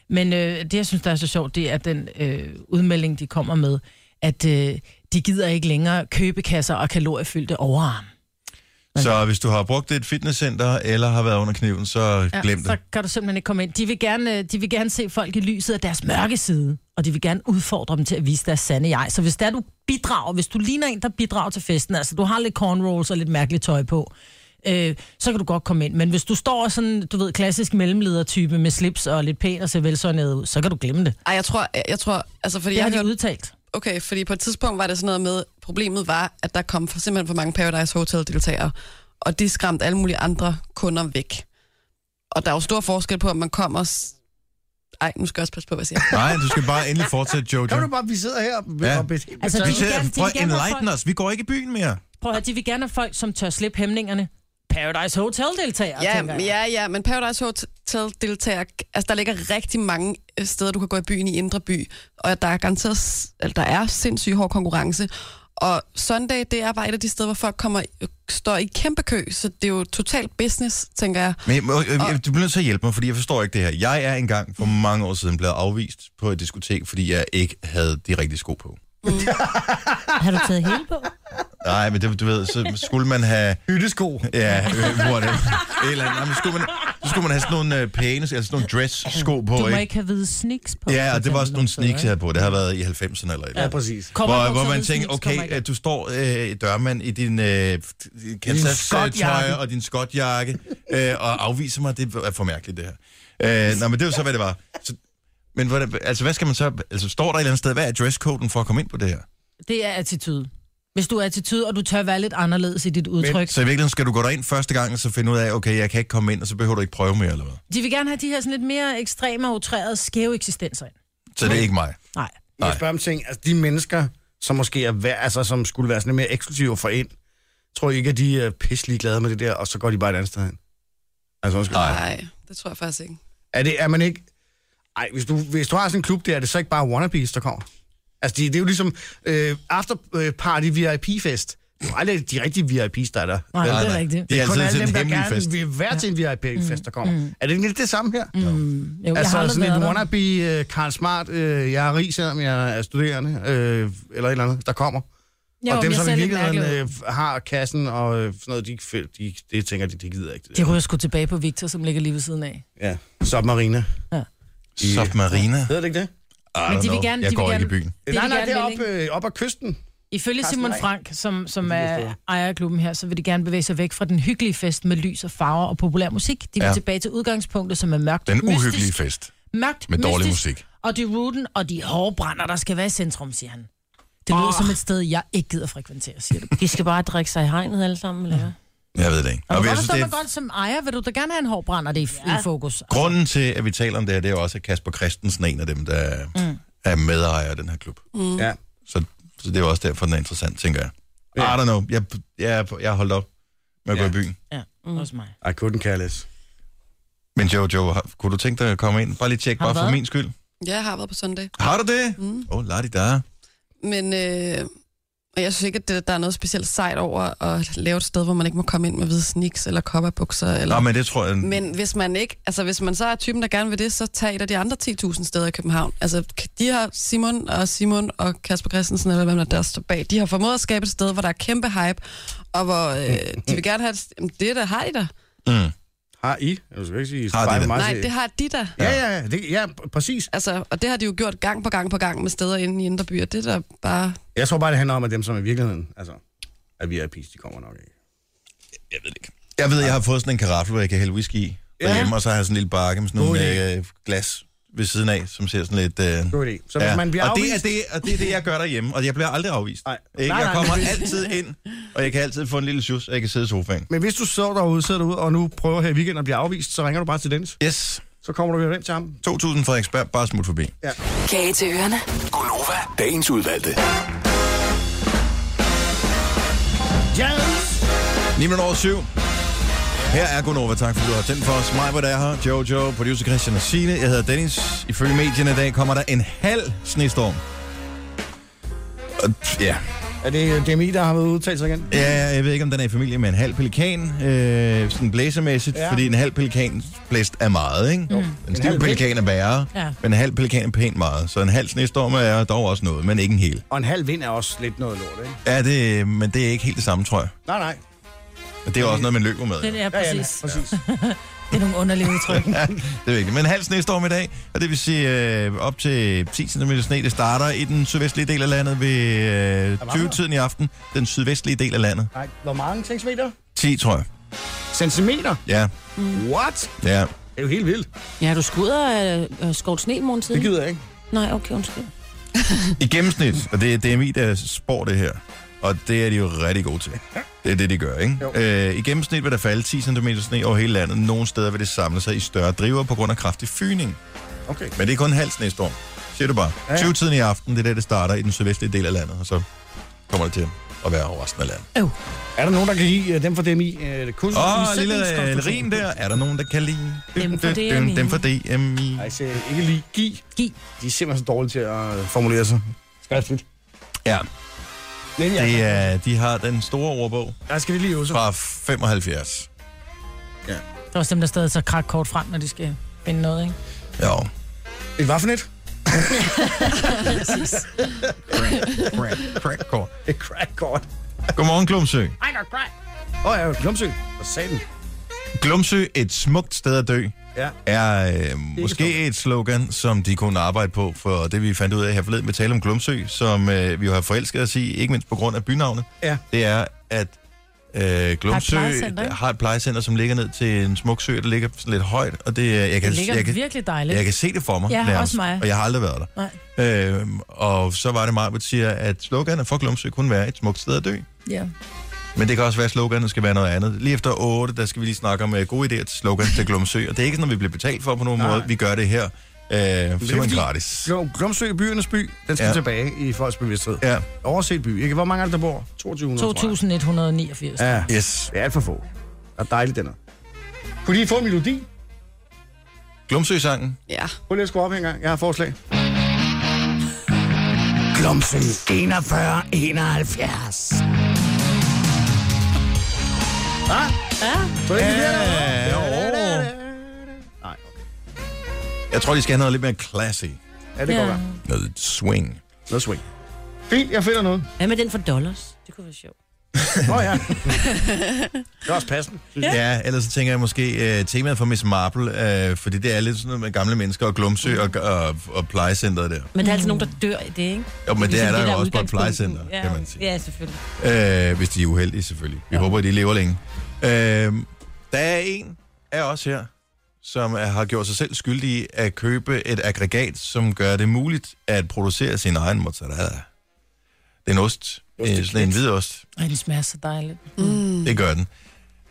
Men øh, det, jeg synes, der er så sjovt, det er den øh, udmelding, de kommer med, at øh, de gider ikke længere købekasser og kaloriefyldte overarm.
Så hvis du har brugt et fitnesscenter, eller har været under kniven, så glem
så
det.
kan du simpelthen ikke komme ind. De vil, gerne, øh, de vil gerne se folk i lyset af deres mørke side, og de vil gerne udfordre dem til at vise deres sande jeg. Så hvis der du bidrager, hvis du ligner en, der bidrager til festen, altså du har lidt cornrows og lidt mærkeligt tøj på, øh, så kan du godt komme ind. Men hvis du står sådan, du ved, klassisk mellemledertype med slips og lidt pæn og ser velsåndet ud, så kan du glemme det.
Ej, jeg tror, jeg, jeg tror altså, fordi
Det
jeg
har
har
de
hørt,
udtalt.
okay, fordi på et tidspunkt var det sådan noget med, problemet var, at der kom for, simpelthen for mange Paradise Hotel-deltagere, og de skræmte alle mulige andre kunder væk. Og der er jo stor forskel på, om man kommer... s- Ej, nu skal jeg også passe på, hvad jeg siger.
Nej, du skal bare endelig fortsætte, Jojo.
Kan du bare, vi sidder her
Ja.
og og bedt-
Altså,
Vi
de vil gerne-
ser,
de
prøv
vil
at
gerne have
enlighten
folk-
os. Vi går ikke i byen mere.
Prøv at høre, de vil gerne have folk, som tør slippe hæmningerne. Paradise Hotel-deltagere,
Ja,
tænker jeg.
ja, ja, men Paradise Hotel-deltager, altså der ligger rigtig mange øh, steder, du kan gå i byen i Indre By, og der er garanteret, s- eller der er sindssygt hård konkurrence. Og Sunday, det er bare et af de steder, hvor folk kommer, øh, står i kæmpe kø, så det er jo totalt business, tænker jeg.
Men jeg må- øh, øh, du bliver nødt til at hjælpe mig, fordi jeg forstår ikke det her. Jeg er engang for mange år siden blevet afvist på et diskotek, fordi jeg ikke havde de rigtige sko på.
Har du taget hele på?
Nej, men det, du ved, så skulle man have...
Hyttesko.
Ja, øh, hvor er det? Et Eller, andet. nej, men skulle man, så skulle man have sådan nogle øh, pæne, altså sådan nogle dress-sko på,
Du må
ikke?
ikke have hvide sneaks på.
Ja, og det var
for
også
eksempel,
nogle
så, ikke?
sneaks, jeg havde på. Det har været i 90'erne eller et eller
Ja,
andet.
præcis.
Kommer
Hvor,
ikke
hvor
bukser,
man
hvide
tænker,
sneaks, kommer
okay,
ikke.
at du står øh, dørmand i din øh, f- Kansas-tøj
skotjakke.
og din skotjakke øh, og afviser mig. Det er for mærkeligt, det her. Øh, nå, men det var så, hvad det var. Så, men hvordan, altså, hvad skal man så... Altså, står der et eller andet sted, hvad er dresscoden for at komme ind på det her?
Det er attitude. Hvis du er attitude, og du tør være lidt anderledes i dit udtryk.
Så i virkeligheden skal du gå derind første gang, og så finde ud af, okay, jeg kan ikke komme ind, og så behøver du ikke prøve mere, eller hvad?
De vil gerne have de her sådan lidt mere ekstreme og outrerede skæve eksistenser ind.
Så det er ikke mig.
Nej.
Jeg spørger om ting. Altså, de mennesker, som måske er værd, altså, som skulle være sådan lidt mere eksklusive for ind, tror I ikke, at de er pisselig glade med det der, og så går de bare et andet sted hen? Altså, undskyld.
Nej, det tror jeg faktisk ikke.
Er, det, er man ikke... Ej, hvis du, hvis du har sådan en klub der, er det så ikke bare wannabes, der kommer? Altså, det, det er jo ligesom øh, after øh, party VIP-fest. Det er jo aldrig de rigtige VIP's, der er der.
Nej,
Nej,
det er
nej.
rigtigt.
Det er
kun
altid
alle
til
dem,
en
der
hemmelig
gerne
fest.
vil være til en VIP-fest, der kommer. Er det ikke lidt det samme her?
Mm. Jo, jeg har
altså
aldrig
sådan
været
en
der.
wannabe øh, Karl Smart, øh, jeg er rig, selvom jeg er studerende, øh, eller et eller andet, der kommer.
Jo,
og
men
dem,
jeg
som i
ser lidt
virkeligheden
mærkelig ud.
øh, har kassen og øh, sådan noget, de, ikke føl- de, de tænker, de, de gider ikke det
De
der.
ryger sgu tilbage på Victor, som ligger lige ved siden af.
Ja. Submarine.
Submarina?
Hedder det ikke det?
I
Men
don't
de vil
know.
gerne-
jeg
de
går
vil
ikke i
gerne-
byen.
Det
nej,
vil
nej,
gerne
det er
vel,
op, øh, op ad kysten.
Ifølge
Carsten
Simon
Lang.
Frank, som, som
steder.
er ejer af klubben her, så vil de gerne bevæge sig væk fra den hyggelige fest med lys og farver og populær musik. De vil
Ja.
tilbage til udgangspunktet, som er mørkt
Den
og mystisk.
uhyggelige fest.
Mørkt,
Med dårlig
mystisk,
musik.
Og det er ruten, og de hårde brænder, der skal være i centrum, siger han. Det lyder oh. som et sted, jeg ikke gider frekventere, siger det.
De skal bare drikke sig i hegnet alle sammen, eller hvad?
Jeg ved det ikke.
Og
men
hvor
jeg
synes,
synes,
står
det
man
er,
godt som ejer, vil du da gerne have en hård brænder, det er i, ja. i fokus.
grunden til, at vi taler om det her, det er jo også, at Kasper Christensen er en af dem, der mm. er medejer af den her klub. Mm.
Ja.
Så, så det er jo også derfor, den er interessant, tænker jeg.
Ah,
I don't know. Jeg, jeg, jeg har holdt op med at gå
Ja.
i byen.
Ja, mm. hos mig.
I couldn't care less.
Men Jojo, har- kunne du tænke dig at komme ind? Bare lige tjekke,
Har
bare
du
for
været?
min skyld.
Ja, jeg har været på søndag.
Har du det? Åh, mm. oh, lad da.
Men øh, og jeg synes ikke, at det, der er noget specielt sejt over at lave et sted, hvor man ikke må komme ind med hvide sneaks eller kopperbukser. Eller...
Nå, men det tror jeg...
Men hvis man ikke, altså hvis man så er typen, der gerne vil det, så tag et af de andre 10.000 steder i København. Altså de har Simon og Simon og Kasper Christensen, eller hvem der, der står bag, de har formået at skabe et sted, hvor der er kæmpe hype, og hvor øh, de vil gerne have, et, jamen, det der har de der.
Mm.
Har I? Jeg skal ikke sige,
Har de
bare
det?
mig
Nej,
til-
det har de der.
Ja, ja, ja, det, ja, p- præcis.
Altså, og det har de jo gjort gang på gang på gang med steder inde i indre byer. Det er da bare...
Jeg tror bare, det handler om, at dem, som er i virkeligheden, altså, er VIP's, de kommer nok ikke.
Jeg ved det ikke. Jeg ved, jeg har fået sådan en karaffel, hvor jeg kan hælde whisky i derhjemme, og så har jeg sådan en lille bakke med sådan
God
nogle øh, glas ved siden af, som ser sådan lidt... Øh,
God idé. Så hvis man bliver
og, det er
afvist-
det, og det er det, jeg gør derhjemme, og jeg bliver aldrig afvist.
Nej.
Ikke?
Nej,
Jeg
nej,
kommer
men-
altid ind, og jeg kan altid få en lille sjus, og jeg kan sidde i sofaen.
Men hvis du sidder derude, sidder derude, og nu prøver her i weekenden at blive afvist, så ringer du bare til Dennis.
Yes,
Så kommer du herind til ham.
2.000 fra ekspert, bare smut forbi.
Kage til ørerne.
Gunova, dagens udvalgte.
Yes!
9 minutter over 7. Her er Gunova. Tak fordi du har tændt for os. Mig, hvor der er her. Jojo, producer Christian og Signe. Jeg hedder Dennis. Ifølge medierne i dag kommer der en halv snestorm. Og, ja.
Er det DMI, der har været udtalt sig igen?
ja, jeg ved ikke, om den er i familie med en halv pelikan, øh, sådan blæsermæssigt, ja.
Ja.
fordi en halv pelikan blæst er meget, ikke? Jo. En stiv
halv vind.
pelikan er værre,
Ja.
ja. men en halv pelikan er pænt meget, så en halv snestorm er dog også noget, men ikke en hel.
Og en halv vind er også lidt noget lort, ikke?
Ja, det, men det er ikke helt det samme, tror jeg.
Nej, nej.
Og det er også noget, man løber med.
Den er
Ja, ja, nej,
præcis.
præcis.
Det er nogle underlige udtryk.
Det er vigtigt. Men halv snestorm i dag, og det vil sige øh, op til 10 cm sne. Det starter i den sydvestlige del af landet ved øh, 20-tiden i aften. Den sydvestlige del af landet.
Nej, hvor mange centimeter?
10, tror jeg.
Centimeter?
Ja,
What?
ja.
Det er jo helt vildt.
Ja, du skulle ud og øh, øh, skovt sne i morgen
Det
tidlig.
gider jeg ikke.
Nej, okay, undskyld.
I gennemsnit, og det er DMI, der spår det her. Og det er de jo rigtig gode til. Det er det, de gør, ikke?
Jo.
Øh, I gennemsnit vil der falde 10 cm sne over hele landet. Nogle steder vil det samle sig i større driver på grund af kraftig fyning.
Okay.
Men det er kun halv snestorm. Siger du bare.
Ja, ja.
20-tiden i aften, det er der, det starter i den sydvestlige del af landet. Og så kommer det til at være over resten af landet.
Er der nogen, der kan lide øh, dem fra DMI? Øh, kun
Åh, oh, lille øh, rim der. Er der nogen, der kan lide?
Dem fra
Dyn, dyn,
DMI.
Dem for DMI.
Nej, jeg siger ikke lige gi.
Gi.
De er simpelthen så dårlige til at øh, formulere sig. Skriftligt.
Ja,
Men ja,
det er, de har den store ordbog
der skal vi lige øve sig.
fra 75.
Der er også dem, der stadig tager krak kort frem, når de skal finde noget, ikke?
Jo.
Et hvad for net?
Crack, crack, crack.
Et crackkort.
Godmorgen, Glumsø.
Åh oh, ja, Glumsø. Hvad sagde den?
Glumsø, et smukt sted at dø,
Ja.
er øh, måske et slogan, som de kunne arbejde på, for det vi fandt ud af her forleden med tale om Glumsø, som øh, vi jo har forelsket os i, ikke mindst på grund af bynavnet,
Ja.
det er, at øh, Glumsø har et,
plejecenter, ikke?
har et plejecenter, som ligger ned til en smuk sø, der ligger sådan lidt højt, og det, øh, jeg kan,
Det ligger
jeg kan,
virkelig dejligt.
Jeg kan se det for mig.
Ja, også mig.
Og jeg har aldrig været der.
Nej.
Øhm, og så var det mig, der siger, at sloganet for Glumsø kunne være et smukt sted at dø.
Ja.
Men det kan også være, at sloganet skal være noget andet. Lige efter 8, der skal vi lige snakke om uh, gode idéer til slogan til Glumsø. Og det er ikke noget, vi bliver betalt for på nogen
Nej.
måde. Vi gør det her øh, simpelthen
fordi-
gratis.
Jo, Glumsø, byernes by, den skal
Ja.
ja. tilbage i folks bevidsthed.
Ja.
Overset by, ikke? Hvor mange er det, der bor? 2200, tror jeg.
2189.
Ja,
Yes.
det er alt for få. Det er dejligt, den er. Kunne de få en melodi?
Glumsø-sangen.
Ja.
Prøv lige at skrue op her engang. Jeg har et forslag. Glumsø 41 71. Ah?
Ja,
Tror du ikke, det bliver
Ja,
der? Nej, okay.
Jeg tror, de skal have noget lidt mere classy.
Ja, det går
Ja.
godt.
Noget swing.
Noget swing. Fint, jeg finder noget.
hvad med den for dollars? Det kunne være sjovt.
Nå ja. det er også passende. synes jeg.
Ja, ellers så tænker jeg måske øh, temaet for Miss Marple, øh, fordi det er lidt sådan noget med gamle mennesker og Glumsø og, og, og plejecenteret der.
Men der er altid nogen, der dør i det, ikke?
Jo, men det er der
ligesom
jo
er
også på et
udgangspunktet.
plejecenter,
ja,
kan man sige.
Ja, selvfølgelig.
Øh, hvis de er Øhm, uheldige, selvfølgelig. Vi ja. håber, at de lever længe. Øh, der er en af os her, som er, har gjort sig selv skyldige at købe et aggregat, som gør det muligt at producere sin egen mozzarella. Det er en ost. Øh, Sådan en hvid ost.
Og den smager så dejligt.
Mm.
Det gør den.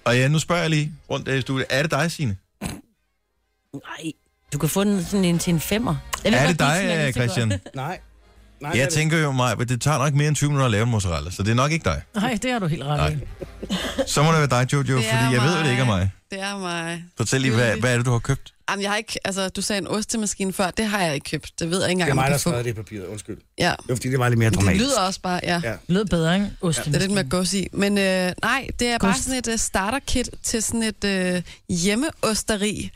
Og ja, nu spørger jeg lige rundt der i studiet. Er det dig, Signe?
Nej, du kan få den sådan en til en femmer. Jeg ved
Er
godt,
det
du ikke smager
dig, øh,
den så
Christian?
godt.
Nej. Nej,
Jeg tænker jo mig, men det tager nok mere end 20 minutter at lave en mozzarella, så det er nok ikke dig.
Nej, det har du helt ret i.
Nej. Så må det være dig, Jojo,
Det er
fordi jeg ved, at det ikke er mig.
Det er mig.
Fortæl lige, hvad, hvad er det, du har købt?
Jamen, jeg har ikke, altså, du sagde en ostemaskine før, det har jeg ikke købt. Det ved jeg ikke engang,
Det er
om
mig,
jeg
der
kan få.
skrev det i papiret, undskyld.
Ja.
Det var fordi, det var lidt mere
Det
dramatisk.
lyder også bare, ja.
Ja.
Det lød bedre, ikke? Osten.
Det er lidt med gods i. Men øh, nej, det er bare sådan et uh, starter-kit til sådan et øh, hjemmeosteri,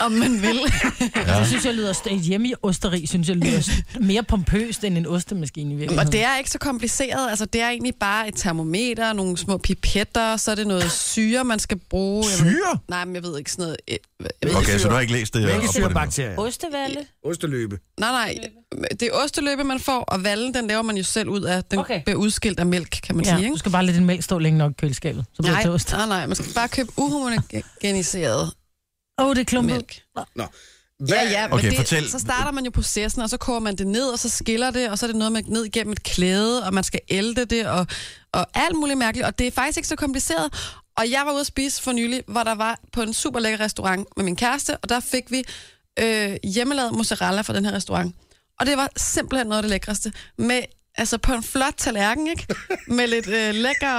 om man vil.
Jeg synes, jeg lyder st- et hjemme i osteri, synes jeg lyder st- mere pompøst end en ostemaskine i virkeligheden.
Og det er ikke så kompliceret. Altså, det er egentlig bare et termometer, nogle små pipetter, så er det noget syre, man skal bruge. Jeg ved-
Syre?
Nej, men jeg ved ikke sådan noget. øh, Jeg ved,
Okay, så du har ikke læst det her. op på den måde.
Mælkesyrobakterier.
Ostevalle?
Osteløbe.
nej, nej. Det er osteløbe, man får, og vallen, den laver man jo selv ud af. Den
Okay.
okay. bliver udskilt af mælk, kan man ja. sige.
Ja, du
Ikke?
skal bare lade din mælk stå længe nok i køleskabet, så bliver det
Nej,
til ost.
nej, nej, man skal bare købe uhomogeniseret
Åh, oh, det er klumpet.
mælk.
Nå.
Ja, ja, men
Okay,
det,
fortæl.
så starter man jo processen, og så koger man det ned, og så skiller det, og så er det noget med ned igennem et klæde, og man skal ælte det, og, og alt muligt mærkeligt, og det er faktisk ikke så kompliceret. Og jeg var ude at spise for nylig, hvor der var på en super lækker restaurant med min kæreste, og der fik vi øh, hjemmelavet mozzarella fra den her restaurant. Og det var simpelthen noget af det lækreste. Med, altså på en flot tallerken, ikke? Med lidt øh, lækker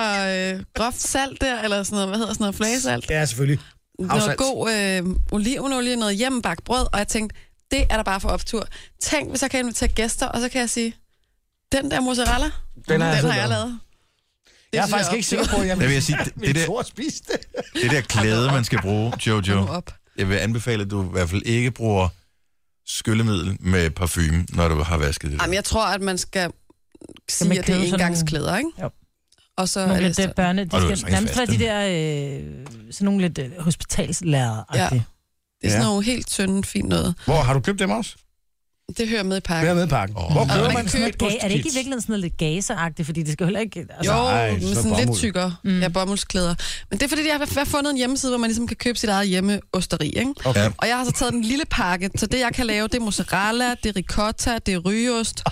øh, groft salt der, eller sådan noget, hvad hedder sådan noget, flagesalt
Ja, selvfølgelig.
noget god øh, olivenolie, noget hjemmebagt brød, og jeg tænkte, det er der bare for optur. Tænk, hvis jeg kan invitere gæster, og så kan jeg sige, den der mozzarella, den,
har jeg
den
selv
har jeg
lavet."
lavet. Det
Jeg er
synes
faktisk
er
ikke
optur.
sikker på, at jeg
Jeg vil sige, det, det, der,
tror at spise det.
det der klæde, man skal bruge,
Hold
Jojo,
nu op.
jeg vil anbefale, at du i hvert fald ikke bruger skyllemiddel med parfume, når du har vasket det. der.
Jamen, jeg tror, at man skal
man
sige, at det
købe
er
sådan nogle-
engangsklæder, ikke?
Jo.
Og så er
Nogle
det
lidt øh,
så...
børne,
Og du
de
kan
skal
sagtens
nærmest være de
vaske
der, øh, sådan nogle lidt øh, hospitalslærer
Ja.
ja.
Det er sådan
Ja.
nogle helt tynde, fint noget.
Hvor har du købt dem også?
Det hører med i
Det
pakken.
er med i pakken.
Åh. Og
Hvor
Og
køber
man
man
kan
sådan
købe...
et
Er det ikke i
godskit?
virkeligheden sådan noget lidt gaseagtigt, fordi det skal jo heller ikke... Altså,
Jo,
Ej,
men
så
sådan lidt
bomuld.
tykkere. Mm. Ja, bommelstklæder. Men det er fordi, jeg har, jeg har fundet en hjemmeside, hvor man ligesom kan købe sit eget hjemmeosteri, ikke?
Ja.
Og jeg har så taget den lille pakke, så det jeg kan lave, det er mozzarella, det er ricotta, det er rygeost.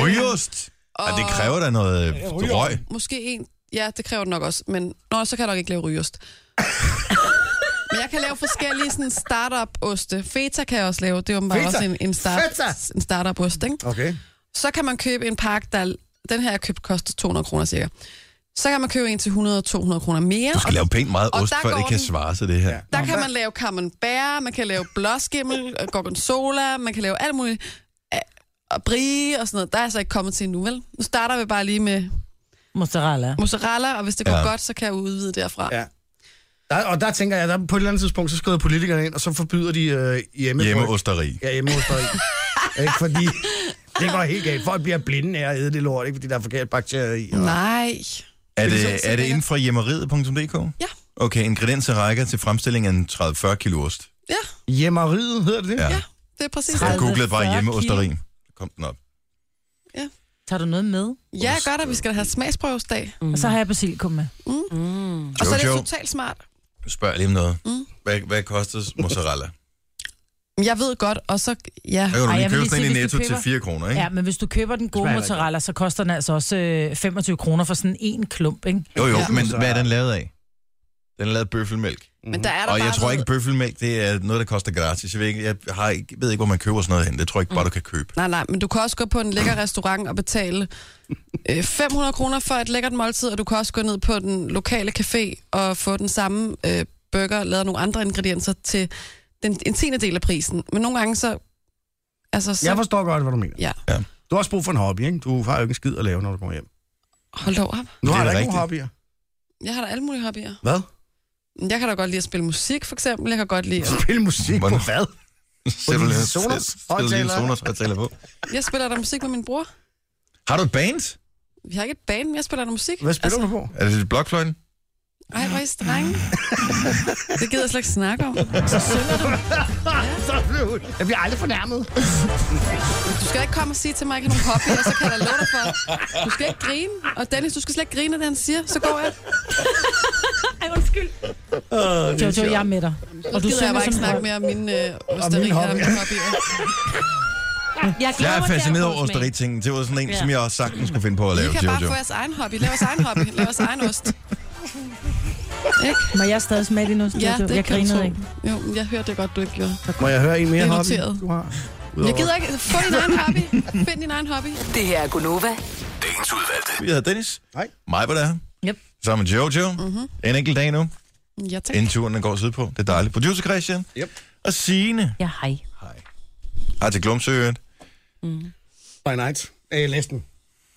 Rygeost! Og... det kræver da noget øh, røg.
Måske en... Ja, det kræver det nok også, men... Nå, så kan jeg nok ikke lave rygeost. men jeg kan lave forskellige sådan startup-oste. Feta kan jeg også lave, det er åbenbart
Feta?
også en, en, start,
Feta?
en startup-ost, ikke?
Okay.
Så kan man købe en pakke, der... Den her jeg købt koster 200 kroner cirka. Så kan man købe en til 100-200 kroner mere.
Du skal
og
lave pænt meget
og
ost,
der
før
går
det kan
den-
svare sig det her.
Ja.
Der
Nå,
kan
hvad-
man lave camembert, man kan lave blåskimmel, øh, gorgonzola, man kan lave alt muligt. øh, Og brie og sådan noget. Der er jeg så ikke kommet til endnu, vel? Nu starter vi bare lige med
mozzarella.
mozzarella, og hvis det går
Ja.
ja. godt, så kan jeg udvide derfra.
Ja. Der, og der tænker jeg, der på et eller andet tidspunkt, så skrider politikerne ind, og så forbyder de øh, hjemme.
Hjemmeosteri.
Ja, hjemmeosteri. ikke, fordi det går helt galt. Folk bliver blinde af at æde det lort, ikke fordi der er forkert bakterier i. Og...
Nej.
Er
Det er sådan,
det,
så
er det
lækkert.
inden for hjemmeriet.dk?
Ja.
Okay, ingredienser rækker til fremstilling af en 30-40 kilo ost.
Ja,
Hjemmeriet hedder det det?
Ja.
ja. Det er præcis
Jeg
det.
googlede
30-40
bare
kilo.
hjemmeosteri. Kom den op.
Tager du noget med?
Ja, jeg gør det. Vi skal da have smagsprøvesdag. Mm.
Og så har jeg basilikum med.
Og så er det
Jojo.
totalt smart.
Nu spørger jeg lige om noget.
Mm.
Hvad, hvad koster mozzarella?
Jeg ved godt, og så... Ja,
Der kan du
Ej,
lige
jeg vil
købe
lige
sådan en i
sige, hvis
netto
du
til
køber-
4 kroner, ikke?
Ja, men hvis du køber den gode
Smager ikke.
mozzarella, så koster den altså også øh, 25 kroner for sådan en klump, ikke?
Jo, jo,
Ja.
men hvad er den lavet af? Den er lavet af bøffelmælk.
men der er der
Øh, Og
bare
jeg tror
noget-
ikke, bøffelmælk det er noget, der koster gratis. Jeg ved ikke, jeg har ikke, ved ikke hvor man køber sådan noget hen. Det tror jeg ikke bare, du kan købe.
Nej, nej, men du kan også gå på en lækker restaurant og betale øh, 500 kroner for et lækkert måltid, og du kan også gå ned på den lokale café og få den samme øh, burger, lavet af nogle andre ingredienser til den, en tiende del af prisen. Men nogle gange så... Altså, så
Jeg forstår godt, hvad du mener.
Ja.
Ja.
Du har også brug for en hobby, ikke? Du har jo ikke en skid at lave, når du kommer hjem.
Hold da op.
Du
Det
har
er
da
da
ikke nogen hobbyer.
Jeg har da alle mulige hobbyer.
Hvad?
Jeg kan da godt lide at spille musik, for eksempel. Jeg kan godt lide... at-
Spille musik på
Hvordan-
hvad?
Sæt du
din
lige
Sonos
en
højttaler?
Sonos højtaler på.
Jeg spiller da musik med min bror.
Har du et band?
Vi har ikke et band, men jeg spiller da musik.
Hvad spiller
altså,
du på?
Er det blokfløjten?
Ej, hvor er I strenge. det gider jeg slet ikke snakke om.
Altså, Så blev hun. Jeg bliver aldrig fornærmet.
Du skal ikke komme og sige til mig, at jeg ikke har nogen hobbyer, så kan jeg da love dig for. Du skal ikke grine. Og Dennis, du skal slet ikke grine af det, han siger. Så går jeg.
Ej, undskyld.
Jojo, jeg er med dig.
Og du gider jeg bare ikke snakke mere om mine øh, osterier og mine hobbyer.
Jeg,
Jeg er
glemmer,
fascineret
det
over osteritingen. Det var sådan en,
Ja.
som jeg også sagtens kunne finde på at
I
lave,
kan bare
Jojo.
få jeres egen hobby. Lav jeres egen hobby. Lav jeres egen ost.
Må jeg stadig smage det nu?
Ja,
Jojo?
det
jeg
kan du tro.
grinede ikke.
Jo, men jeg hørte det godt, du ikke gjorde.
Må jeg høre en mere
Det er
hobby,
noteret.
du har?
Jeg gider ikke. Få din egen hobby. Find din egen hobby.
Det her er Gunova.
Dagens udvalgte.
Vi hedder Dennis.
Nej.
Mig var der her.
Yep. Mhm.
Sammen med Jojo. Mm-hmm. En enkelt dag nu,
Ja, tak.
inden turen den går sydpå. Det er dejligt. Producer Christian.
Yep.
Og Signe.
Ja, hej.
Hej. Hej til Glumsøen.
By night. Øh, listen.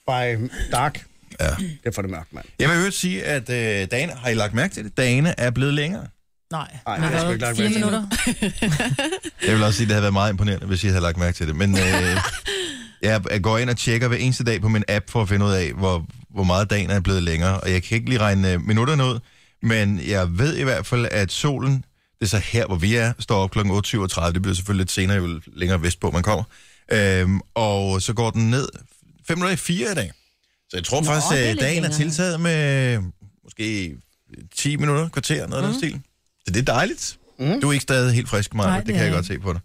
By dark.
Ja.
Det er for det mørke, mand.
Jeg vil i øvrigt sige, at øh, dagene, har I lagt mærke til det? Dagene er blevet længere.
Nej.
Ej,
Den har
jeg skal
været
ikke lagt
fire
mærke til
minutter.
Jeg vil også sige, at det havde været meget imponerende, hvis I havde lagt mærke til det. Men øh, jeg jeg går ind og tjekker hver eneste dag på min app for at finde ud af, hvor, hvor meget dagen er blevet længere. Og jeg kan ikke lige regne øh, minutterne ud, men jeg ved i hvert fald, at solen, det er så her, hvor vi er, står op kl. 8.37. Det bliver selvfølgelig lidt senere, jo længere vestpå man kommer. Øhm, og så går den ned 5 minutter i 4 i dag. Så jeg tror Nå, faktisk,
det
at
er lidt
dagen er
længere.
tiltaget med øh, måske 10 minutter, kvarter, noget af den stil. Så det er dejligt. Mm. Du er ikke stadig helt frisk, Maja.
Nej,
Det
det
kan
er
jeg
jeg
godt se på dig.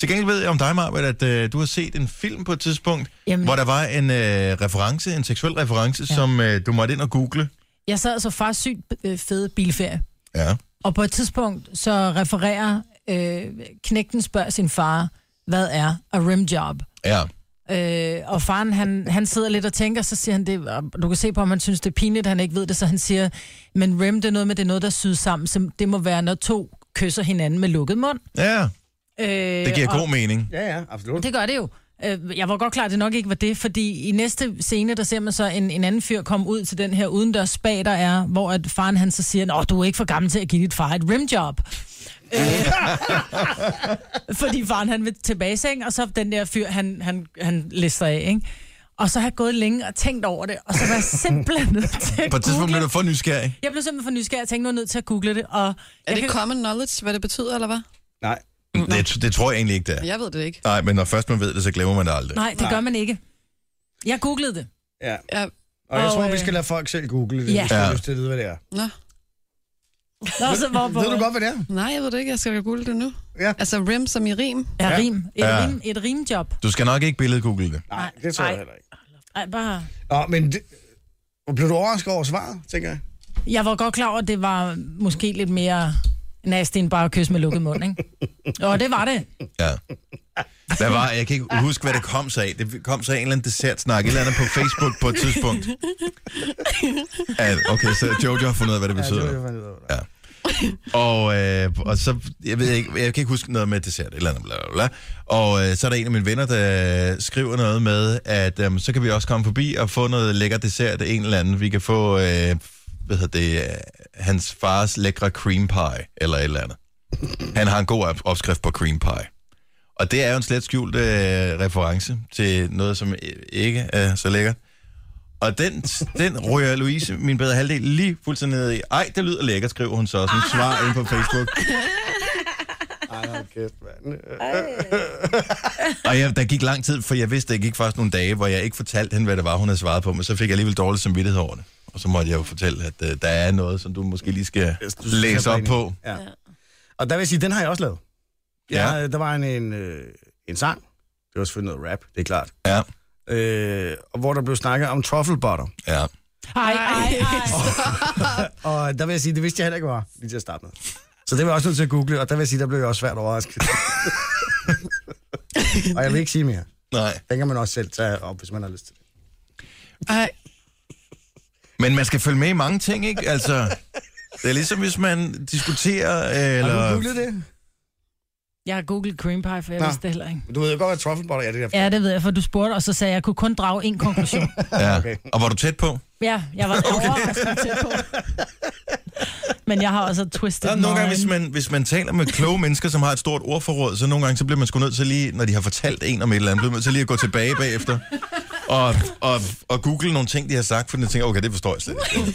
Til gengæld ved jeg om dig, Maja, at øh, du har set en film på et tidspunkt, Jamen.
Jamen.
hvor der var en øh, reference, en seksuel reference, ja. som øh, du måtte ind og google.
Jeg sad altså far sygt øh, fede bilferie.
Ja.
Og på et tidspunkt, så refererer øh, knægten spørger sin far, hvad er a rimjob?
Ja.
Øh, og faren, han, han sidder lidt og tænker, så siger han det, og du kan se på, om han synes, det er pinligt, han ikke ved det, så han siger, men rim, det er noget med, det er noget, der sydes sammen, så det må være, når to kysser hinanden med lukket mund.
Ja,
Øh,
det giver
og-
god mening.
Ja, ja, absolut.
Det gør det jo. Øh, Jeg var godt klar, at det nok ikke var det, fordi i næste scene, der ser man så en, en anden fyr komme ud til den her udendørs spa, der er, hvor at faren han så siger, Nå, du er ikke for gammel til at give dit far et rimjob. Øh, fordi faren han vil tilbage i seng, og så den der fyr, han, han, han lister af, ikke? Og så har jeg gået længe og tænkt over det, og så var jeg simpelthen nødt til at
På et tidspunkt
google.
blev du for nysgerrig.
Jeg blev simpelthen for nysgerrig og tænkte, nu er jeg nødt til at google det. Og
Er
jeg
det
kan-
common knowledge, hvad det betyder, eller hvad?
Nej.
Det, det tror jeg egentlig ikke, det er.
Jeg ved det ikke.
Nej, men når først man ved det, så glemmer man det aldrig.
Nej, det gør man ikke. Jeg googlede det.
Ja.
Ja.
Og jeg
Og,
tror, vi
øh,
skal lade folk selv google det,
Ja.
hvis de har
Ja.
lyst til at vide, hvad det er.
Nå.
Nå, så, hvor, hvor,
Ved du godt, hvad det er?
Nej, jeg ved det ikke. Jeg skal google det nu.
Ja.
Altså rim som i rim.
Ja,
Ja.
rim. Et,
Ja.
ja. rim, et rimjob.
Du skal nok ikke billedgoogle det.
Nej, det tror jeg
Nej.
heller ikke.
Ej, bare...
Nå, men det... Og Blev du overrasket over svaret, tænker jeg?
Jeg var godt klar over, at det var måske lidt mere nasty end bare at kysse med lukket mund, ikke? Og det var det.
Ja. Hvad var, jeg kan ikke huske, hvad det kom sig af. Det kom sig af en eller anden dessertsnak, et eller andet på Facebook på et tidspunkt. At, okay, så Jojo har fundet ud af, hvad det betyder. Ja. Og, øh, og så, jeg ved ikke, jeg kan ikke huske noget med dessert, et eller andet, bla, bla, bla. Og øh, så er der en af mine venner, der skriver noget med, at øh, så kan vi også komme forbi og få noget lækker dessert af en eller anden. Vi kan få, øh, hvad hedder det, øh, hans fars lækre cream pie, eller et eller andet. Han har en god op- opskrift på cream pie. Og det er jo en slet skjult øh, reference til noget, som øh, ikke er så lækkert. Og den, den ryger Louise, min bedre halvdel, lige fuldstændig ned i. Ej, det lyder lækkert, skriver hun så også en svar ind på Facebook.
Ej, hold kæft, mand.
Og jeg, der gik lang tid, for jeg vidste, der gik faktisk nogle dage, hvor jeg ikke fortalte hende, hvad det var, hun havde svaret på, men så fik jeg alligevel dårlig samvittighed over det. Og så måtte jeg jo fortælle, at øh, der er noget, som du måske lige skal læse op på.
Ja. Og der vil jeg sige, den har jeg også lavet.
Ja.
Ja. Der var en, en, øh, en sang. Det var selvfølgelig noget rap, det er klart.
Ja,
Øh, og hvor der blev snakket om truffle butter.
ja.
Ej, ej, ej.
Og der vil jeg sige, det vidste jeg heller ikke var, lige til at starte med. Så det var jeg også nødt til at google, og der vil jeg sige, der blev jeg også svært overrasket. og jeg vil ikke sige mere.
Nej.
Den kan man også selv tage op, hvis man har lyst til det.
Ej,
Men man skal følge med i mange ting, ikke? Altså, det er ligesom, hvis man diskuterer... øh, Eller...
Har du googlet det?
Jeg har googlet cream pie, for jeg
Nå.
vidste det heller ikke.
Du ved jo godt, hvad truffle butter er, det der.
Ja, det ved jeg, for du spurgte, og så sagde jeg, at jeg kunne kun drage en konklusion.
Ja. Okay.
Okay.
Og var du tæt på?
Ja, jeg var overraskende tæt på. Men jeg har også twistet
Der er nogle gange,
mine.
hvis man, hvis man taler med kloge mennesker, som har et stort ordforråd, så nogle gange, så bliver man sgu nødt til lige, når de har fortalt en om et eller andet, bliver man nødt til lige at gå tilbage bagefter og, og, og google nogle ting, de har sagt, fordi jeg tænker, okay, det forstår jeg slet ikke.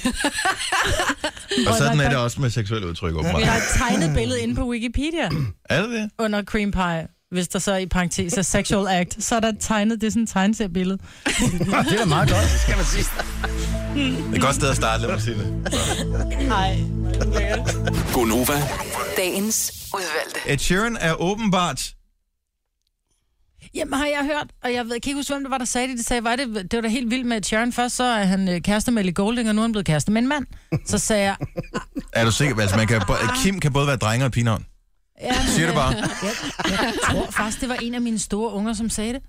og sådan er det også med seksuelle udtryk, åbenbart.
Der er et tegnet billede inde på Wikipedia
Er det det?
under cream pie. Hvis der så i parentes er sexual act, så er der tegnet, det er sådan et tegneseriebillede.
Det er da meget godt. Det skal man sige.
Det er et godt sted at starte, lad mig sige det.
Nej.
Gonova,
Dagens udvalgte.
Ed Sheeran er åbenbart...
Jamen har jeg hørt, og jeg ved, jeg kan ikke huske, hvem det var, der sagde det. De sagde, var det, det var da helt vildt med Ed Sheeran. Først så er han øh, kærester med Ellie Golding, og nu er han blevet kærester med en mand. Så sagde jeg,
Er du sikker? Altså, man kan, bo- Kim kan både være drenge og pigenavn.
ja,
Siger det bare.
jeg tror faktisk, det var en af mine store unger, som sagde det.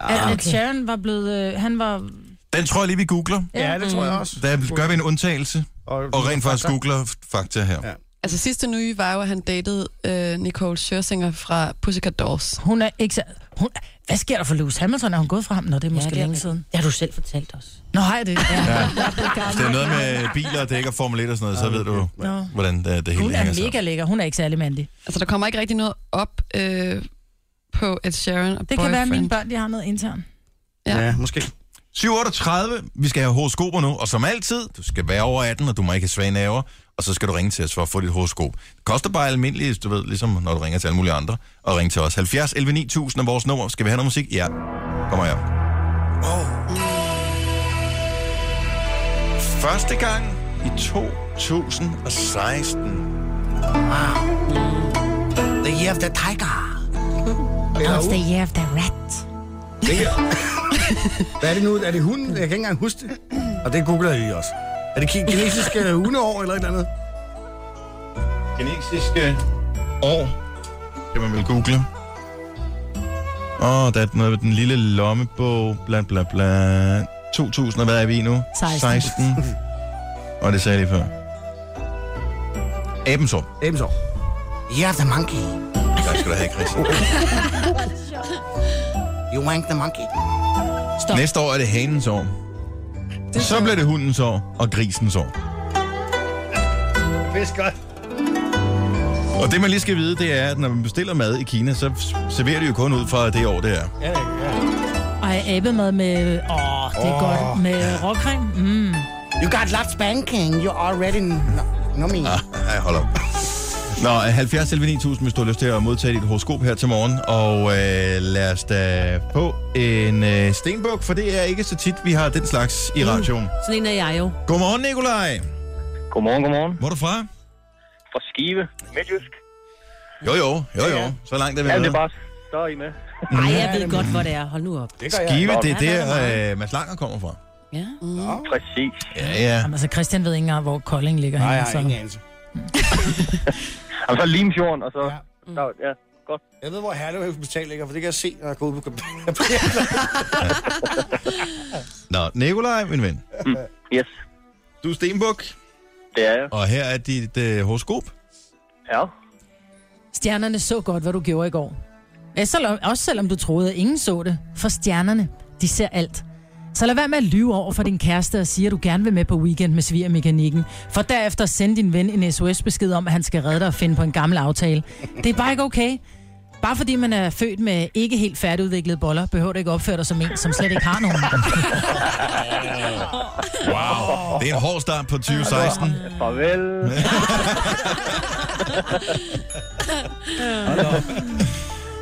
Ah, okay. At Ed Sheeran var blevet, øh, han var
Den tror jeg lige, vi googler.
Ja, det tror jeg også.
Der gør vi en undtagelse, og rent faktisk googler f- fakta her.
Ja.
Altså sidste nye var jo, at han datede øh, Nicole Scherzinger fra Pussycat Dolls.
Hun er ikke så... Hun, hvad sker der for Lewis Hamilton? Er hun gået fra ham? Nå, det er måske ja,
det er
længe
rigtigt.
siden.
Det har du selv fortalt os.
Nå, har jeg det? Ja. ja.
Hvis det er noget med biler, dæk og Formel 1 og sådan noget, så ved du,
Nå.
hvordan det, det
Hun
hele
er
hænger sammen.
mega lækker. Hun er ikke særlig mandig.
Altså der kommer ikke rigtig noget op øh, på Ed Sheeran og
Det kan
Boyfriend.
være, at mine børn de har noget internt.
Ja.
Ja, måske.
7.38, vi skal have horoskoper nu, og som altid, du skal være over 18, og du må ikke have svage naver, og så skal du ringe til os for at få dit horoskop. Det koster bare almindeligt, du ved, ligesom når du ringer til alle mulige andre, og ringe til os. 70 11 9000 er vores nummer. Skal vi have noget musik? Ja. Kommer her. Oh. Første gang i 2016.
The year of the tiger.
It's the year of the rat.
Hvad er det nu? Er det hunden? Jeg kan ikke engang huske det. Og det googler jeg lige også. Er det ki- kinesiske hundeår eller et eller andet?
Kinesiske år, kan man vel google. Åh, oh, der er noget med den lille lommebog, bla bla bla. 2000, og hvad er vi i nu?
16.
16. og det sagde jeg lige før. Abens år.
Ames år. Year of the monkey.
Tak skal du have, Chris.
You wank the monkey.
Næste år er det hanens år. Så bliver det hundens år og grisens år.
Fisk godt.
Og det, man lige skal vide, det er, at når man bestiller mad i Kina, så serverer de jo kun ud fra det år, det er.
Ja, ja.
Og abemad med... Åh, oh, det er oh. godt. Med råkrem. Mm.
You got lots banking. You already know me.
Nej, hold op. Nå, 70 11 9000, hvis du har lyst til at modtage dit horoskop her til morgen. Og øh, lad os da få en øh, stenbuk, for det er ikke så tit, vi har den slags i radioen. Mm.
Sådan en er jeg jo.
Godmorgen, Nikolaj.
Godmorgen, godmorgen.
Hvor er du fra?
Fra Skive, Midtjysk.
Jo, jo, jo, jo. Så langt er vi
Ja,
med.
det er bare, så er I med.
Nej, jeg ved godt, hvor det er. Hold nu op.
Skive, det er
Ja, der er
der, øh, Mads Langer kommer fra.
Ja.
Præcis.
Ja, ja.
Jamen, altså, Christian ved ikke engang, hvor Kolding ligger
Nej, jeg
henne.
har ingen anelse.
Og så Limfjorden, og så...
Ja.
Ja. Så, ja, godt.
Jeg ved, hvor Herlev Hospital ligger, for det kan jeg se, når jeg går ud på computeren.
Nå, Nikolaj, min ven.
Yes,
Du er stenbuk,
det er jeg.
og her er dit øh, horoskop.
Ja.
Stjernerne så godt, hvad du gjorde i går. Ja, selvom- Også selvom du troede, at ingen så det. For stjernerne, de ser alt. Så lad være med at lyve over for din kæreste og sige, at du gerne vil med på weekend med svigermekanikken. For derefter sende din ven en SOS-besked om, at han skal redde dig og finde på en gammel aftale. Det er bare ikke okay. Bare fordi man er født med ikke helt færdigudviklede boller, behøver du ikke opføre dig som en, som slet ikke har nogen.
Wow. Det er en hård start på 2016.
Farvel.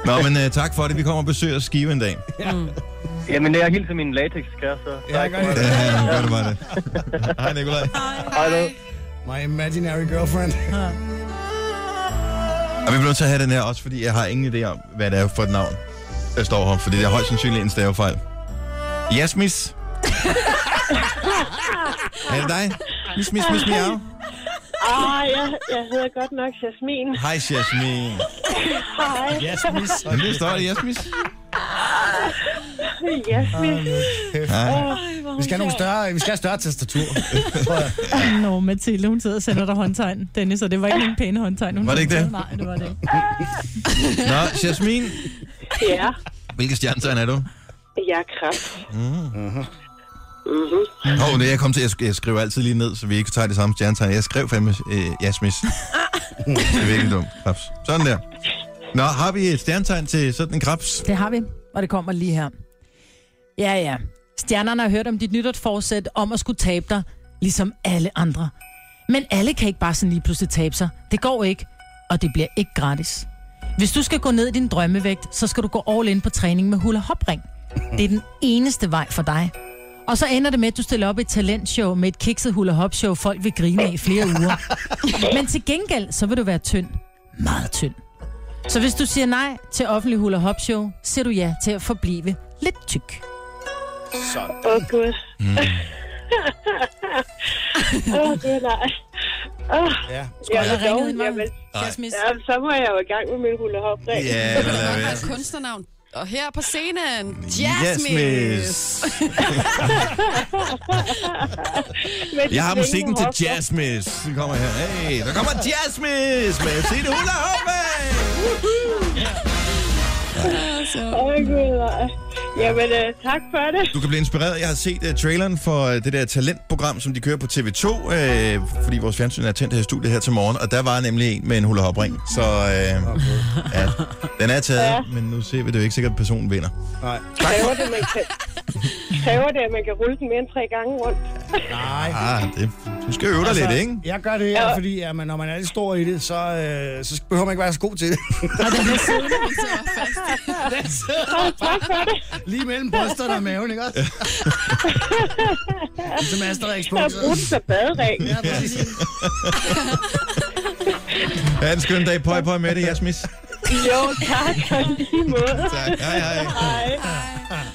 Nå, men øh, tak for det. Vi kommer og besøger Skive en dag.
Jamen, jeg hilser min latex-kæreste. Ja,
jeg gør det.
Ja, nu gør det bare det. Hej, Nikolaj.
Hej, du.
My imaginary girlfriend.
Og vi bliver nødt til at have den her også, fordi jeg har ingen idé om, hvad det er for et navn, der står her. Fordi det er højst sandsynligt en stavefejl. Jasmis. er det dig? Mis, mis, mis, miau.
Ah, jeg, jeg hedder godt nok Jasmin.
Hej, Jasmin.
Yes, miss.
Men det står det, Jasmis.
Jasmin.
Ja.
Vi skal have nogle større, vi skal have større tastatur. tror jeg.
Nå, Mathilde, hun sidder og sender dig håndtegn, Dennis, og det var ikke en pæne håndtegn. Hun
Var det ikke det?
Nej, det var det ikke.
Nå, Jasmin.
Ja,
Hvilke stjernetegn er du? Mm. Mm-hmm.
jeg er kræft.
Åh, oh, det er jeg kom til. Jeg, sk- jeg skriver altid lige ned, så vi ikke tager det samme stjernetegn. Jeg skrev fandme øh, jasmis. det er virkelig dumt. Krebs. Sådan der. Nå, har vi et stjernetegn til sådan en krebs?
Det har vi, og det kommer lige her. Ja, ja. Stjernerne har hørt om dit nytårsforsæt om at skulle tabe dig, ligesom alle andre. Men alle kan ikke bare sådan lige pludselig tabe sig. Det går ikke, og det bliver ikke gratis. Hvis du skal gå ned i din drømmevægt, så skal du gå all in på træning med hula hopring. Det er den eneste vej for dig. Og så ender det med, at du stiller op i et talentshow med et kikset hula hop show, folk vil grine af i flere uger. Men til gengæld, så vil du være tynd. Meget tynd. Så hvis du siger nej til offentlig hula hop show, siger du ja til at forblive lidt tyk.
Sådan. Mm.
Åh, oh, Gud. Åh, oh, det er nej. Oh,
Ja.
jeg
Eller
dog,
ringede mig.
jamen,
Jasmin.
jamen, så må jeg jo i gang med min hulahop
Ja, men lad
Hvad er
være.
et kunstnernavn? Og her på scenen, Jasmine.
Jasmis. Jeg har musikken til Jasmis. Den kommer her. Hey, der kommer Jasmis med FC det hula hoppe.
Åh, oh, Gud, nej. Jamen, øh, tak for det.
Du kan blive inspireret. Jeg har set uh, traileren for uh, det der talentprogram, som de kører på TV2, uh, fordi vores fjernsyn er tændt her i studiet her til morgen, og der var nemlig en med en hula hop ring. Så uh, ja, den er taget, men nu ser vi det jo ikke sikkert, at personen vinder.
Nej.
Kræver det, man kan, kræver det, at man kan rulle den mere end tre gange rundt?
Nej.
Ah, det, du skal øve dig altså, lidt, ikke?
Jeg gør det her, fordi ja, men når man er lidt stor i det, så, øh, så behøver man ikke være så god til det.
Tak for det.
Lige mellem brysterne og maven, ikke også? Ligesom Asterix
Så brug den
bukser.
som badering.
Ja, præcis.
Ha' en skøn dag. Pøj, pøj med det, Jasmis.
Jo, tak. Og i lige måde.
Tak. Hej, hej.
Hej.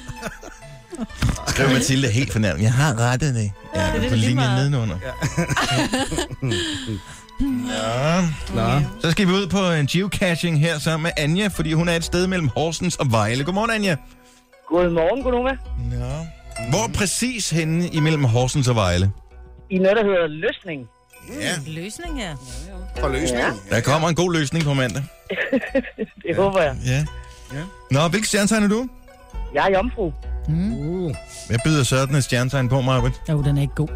Skriv Mathilde helt fornærmet. Jeg har rettet det. Ja, det er på
lige
linjen
meget.
nedenunder. Ja. Nå. Så skal vi ud på en geocaching her sammen med Anja, fordi hun er et sted mellem Horsens og Vejle. Godmorgen, Anja.
Godmorgen, Gunova.
Ja. Hvor præcis henne imellem Horsens og Vejle?
I noget, der hedder løsning.
Ja.
Løsning her.
For løsningen.
Der kommer en god løsning på mandag.
Det ja. håber jeg.
Ja.
Ja.
Nå, hvilket stjernetegn er du?
Jeg er jomfru.
Uh.
Jeg byder sådan et stjernetegn på, Marvitt.
Jo, den er ikke god.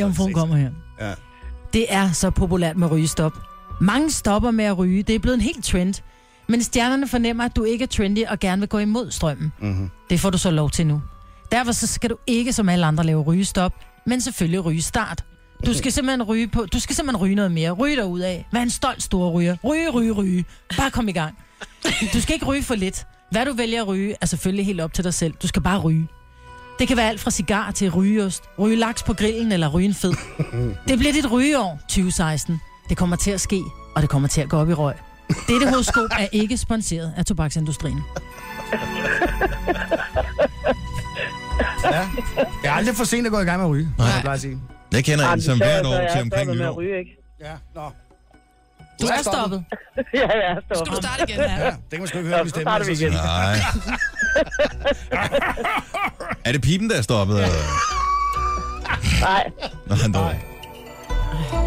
Jomfruen kommer her.
Ja.
Det er så populært med rygestop. Mange stopper med at ryge. Det er blevet en helt trend. Men stjernerne fornemmer, at du ikke er trendy og gerne vil gå imod strømmen. Mm-hmm. Det får du så lov til nu. Derfor så skal du ikke som alle andre lave rygestop, men selvfølgelig rygestart. Du skal simpelthen ryge på, du skal simpelthen ryge noget mere. Ryge dig ud af. Vær en stolt stor ryger. Ryge, ryge, ryge. Bare kom i gang. Du skal ikke ryge for lidt. Hvad du vælger at ryge, er selvfølgelig helt op til dig selv. Du skal bare ryge. Det kan være alt fra cigar til rygeost, ryge laks på grillen eller ryge en fed. Det bliver dit rygeår 2016. Det kommer til at ske, og det kommer til at gå op i røg. Dette horoskop er ikke sponsoreret af tobaksindustrien.
ja. Det er aldrig for sent at gå i gang med at ryge. Nej. Jeg plejer at sige.
Jeg kender en,
Jamen,
som
så-
hvert
så
år
jeg
til
er
omkring
stoppet med
nytår.
at ryge, ikke?
Ja, nå.
Du er stoppet.
ja, jeg er stoppet.
Skal du starte igen?
Ja, det kan man sgu ikke høre,
Ja,
hvis
så
stemmer.
starter vi
altså.
igen.
Nej. er det pipen, der er stoppet? Ja.
Nej,
Nå, han dog.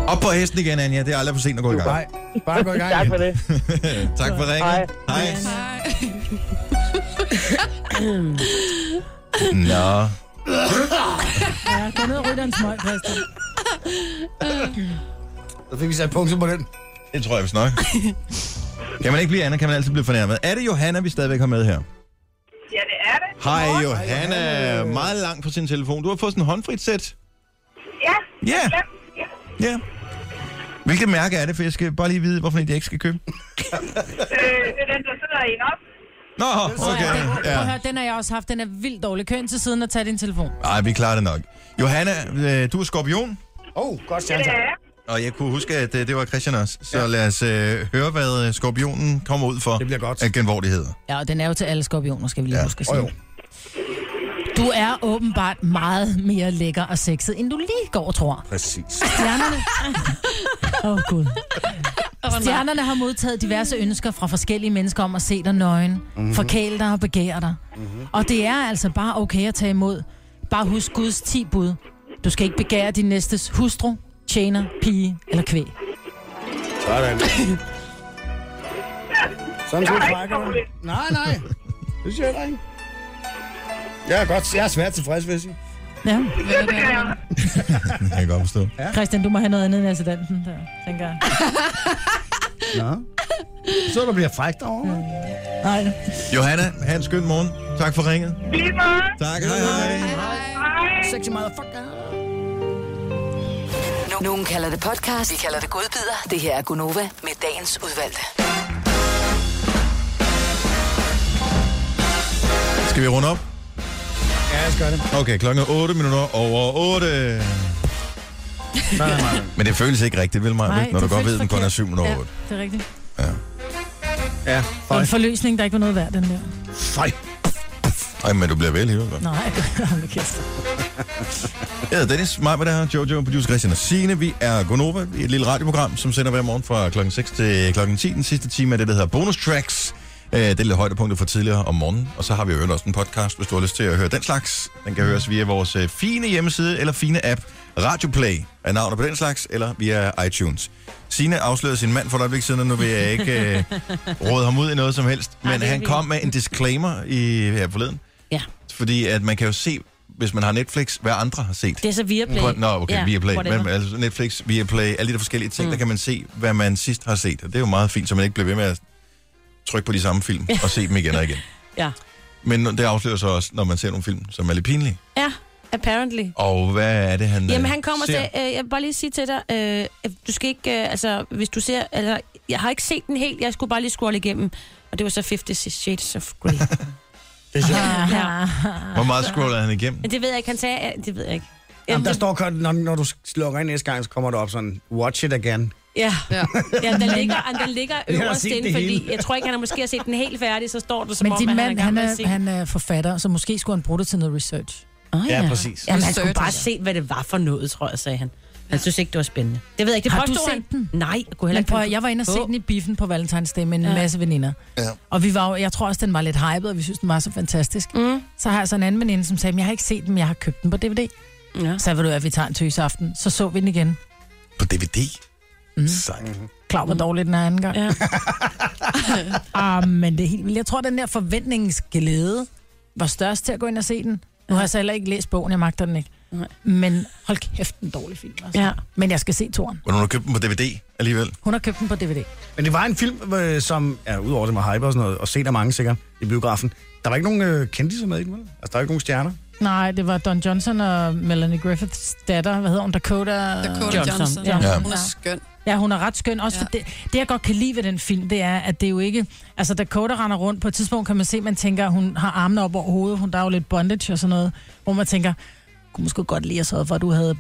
Op på hesten igen, Anja. Det er aldrig for sent at gå i gang.
Nej, bare gå i gang
tak
igen.
for det.
tak for ringen.
Hej.
Hej.
Nej.
Nå.
Ja, gå ned og ryge dig en smøg, Christian.
Så fik vi sat punktum på den.
Det tror jeg vist nok. Kan man ikke blive andet, kan man altid blive fornærmet. Er det Johanna, vi stadigvæk har med her?
Ja, det er det.
Hej Johanna. Meget langt på sin telefon. Du har fået sådan en håndfrit sæt.
Ja.
Ja. Ja. Hvilket mærke er det, for jeg skal bare lige vide, hvorfor jeg ikke skal købe.
Øh, det er den, der sidder i en op.
Nå, okay.
Prøv at
Ja.
høre, den har jeg også haft. Den er vildt dårlig. Køn til siden og tag din telefon.
Ej, vi klarer det nok. Johanna, øh, du er skorpion,
Åh, oh, godt stjernetegn.
og jeg kunne huske, at øh, det var Christian også. Så lad os øh, høre, hvad øh, skorpionen kommer ud for
Det bliver godt.
af genvordigheder.
Ja, og den er jo til alle skorpioner, skal vi lige
Ja.
ja. huske at
Åh,
sige.
jo.
Du er åbenbart meget mere lækker og sexet, end du lige går og tror.
Præcis.
Stjernerne... Åh, oh, Gud.
Åh, nej.
Stjernerne har modtaget diverse ønsker fra forskellige mennesker om at se dig nøgen,
Mhm.
mm-hmm. forkæle dig og begære dig. Mm-hmm. Og det er altså bare okay at tage imod. Bare husk Guds ti bud. Du skal ikke begære din næstes hustru, tjener, pige eller kvæg.
Sådan. Sådan skulle trækker du. Nej, nej. Det synes jeg heller ikke. Jeg er, godt, jeg er svært tilfreds, vil jeg sige.
Ja.
Det kan jeg godt forstå.
Christian, du må have noget andet end accidenten der, tænker jeg.
Nå. Så der bliver frækt derovre.
Nej.
Johanna, have en skøn morgen. Tak for ringet.
Lige meget.
Tak, hej hej.
Sexy motherfucker.
Nu- Nogen kalder det podcast, vi kalder det godbider. Det her er Gunova med dagens udvalgte.
Skal vi runde op?
Ja, jeg skal gøre det.
Okay, klokken er 8 minutter over 8.
Nej, nej, nej.
Men det føles ikke rigtigt, vel, Maja? Når du godt ved, at den kun er 7 minutter over
Ja,
8.
det er rigtigt.
Ja,
Det var
fej.
en forløsning, der ikke var noget værd, den der.
Fej.
Ej, men du bliver vel alligevel, godt.
Nej, hold nu kæft.
Jeg hedder Dennis, mig med det her, Jojo, producer Christian og Signe. Vi er Gonova, vi er et lille radioprogram, som sender hver morgen fra klokken 6 til klokken 10. Den sidste time er det, der hedder Bonus Tracks. Øh, Det er lidt højdepunktet for tidligere om morgenen. Og så har vi jo også en podcast, hvis du har lyst til at høre den slags. Den kan høres via vores øh, fine hjemmeside eller fine app. Radioplay er navnet på den slags, eller via iTunes. Signe afslørede sin mand for et øjeblik siden, og nu vil jeg ikke øh, råde ham ud i noget som helst. Men
det er
han
vi
kom med en disclaimer i her forleden.
Ja.
Fordi at man kan jo se, hvis man har Netflix, hvad andre har set.
Det er så Viaplay.
På, nå, okay,
Ja,
ja, Viaplay.
whatever.
Men, altså Netflix, Viaplay, alle de der forskellige ting, mm. der kan man se, hvad man sidst har set. Og det er jo meget fint, så man ikke bliver ved med at trykke på de samme film og se dem igen og igen.
Ja.
Men det afslører sig også, når man ser nogle film, som er lidt pinlige.
Ja,
Mm.
apparently.
Og hvad er det, han øh,
Jamen, han kommer
ser?
til... Øh, jeg vil bare lige sige til dig, øh, at du skal ikke... Øh, altså, hvis du ser... Altså, jeg har ikke set den helt. Jeg skulle bare lige scrolle igennem. Og det var så 50 Shades of Grey. ja.
Hvor meget scroller han igennem?
Men det ved jeg ikke. Han sagde... Ja, det ved jeg ikke.
Jamen, der står, kun- når, når du slukker ind næste gang, så kommer der op sådan, watch it again.
Ja,
Ja.
ja den, ligger, den ligger
Jeg har
øverst
set det
inde, fordi
hele.
jeg tror ikke, han har måske har set den helt færdig, så står det som
Men
om,
din
at
mand,
han er
han
gammel
er, han er forfatter, så måske skulle han bruge det til noget research.
oh,
Ja, præcis.
Jamen, han skulle
Research.
bare se, hvad det var for noget, tror jeg, sagde han. Han synes ikke, det var spændende. Det ved jeg ikke. Det
Har du
påstod
set
han.
den?
Nej, jeg kunne heller
Men
ikke.
prøv, at-
finde
jeg var inde og se
på-
den i biffen på Valentinsdag med en
Ja.
masse veninder.
Ja.
Og vi var jo, jeg tror også, den var lidt hyped, og vi synes, den var så fantastisk.
Mm.
Så har jeg så en anden veninde, som sagde, "Men jeg har ikke set den, men jeg har købt den på DVD.
Ja.
Så ved du, at vi tager en tøsaften. Så så vi den igen.
Altså-
På DVD?
Mm.
Sejt.
Klar, hvor dårlig den er anden gang.
Mm. Ja.
ah, men det er helt vildt. Jeg tror, den der forventningsglæde var størst til at gå ind og se den. Nu har jeg så heller ikke læst bogen, jeg magter den ikke.
Nej.
Men hold kæft, den dårlig film. Altså.
Ja.
Men jeg skal se Toren.
Hvor du har købt dem på DVD alligevel?
Altså,
Hun har købt den på DVD.
Men det var en film, øh, som, ja, udover det med hype og sådan noget, og set af mange sikkert i biografen, der var ikke nogen øh, kendte med i den, vel? Altså, der var ikke nogen stjerner.
Nej, det var Don Johnson og Melanie Griffiths datter. Hvad hedder hun? Dakota...
Dakota Johnson.
Johnson.
Johnson.
Ja.
Ja. Hun
Ja.
er skøn.
Ja, hun er ret skøn. Også ja.
Ja.
for det, det, jeg godt kan lide ved den film, det er, at det er jo ikke... Altså, Dakota render rundt. På et tidspunkt kan man se, man tænker, at hun har armene op over hovedet. Hun der er jo lidt bondage og sådan noget. Hvor man tænker, kunne måske godt lide at sørge for, at du havde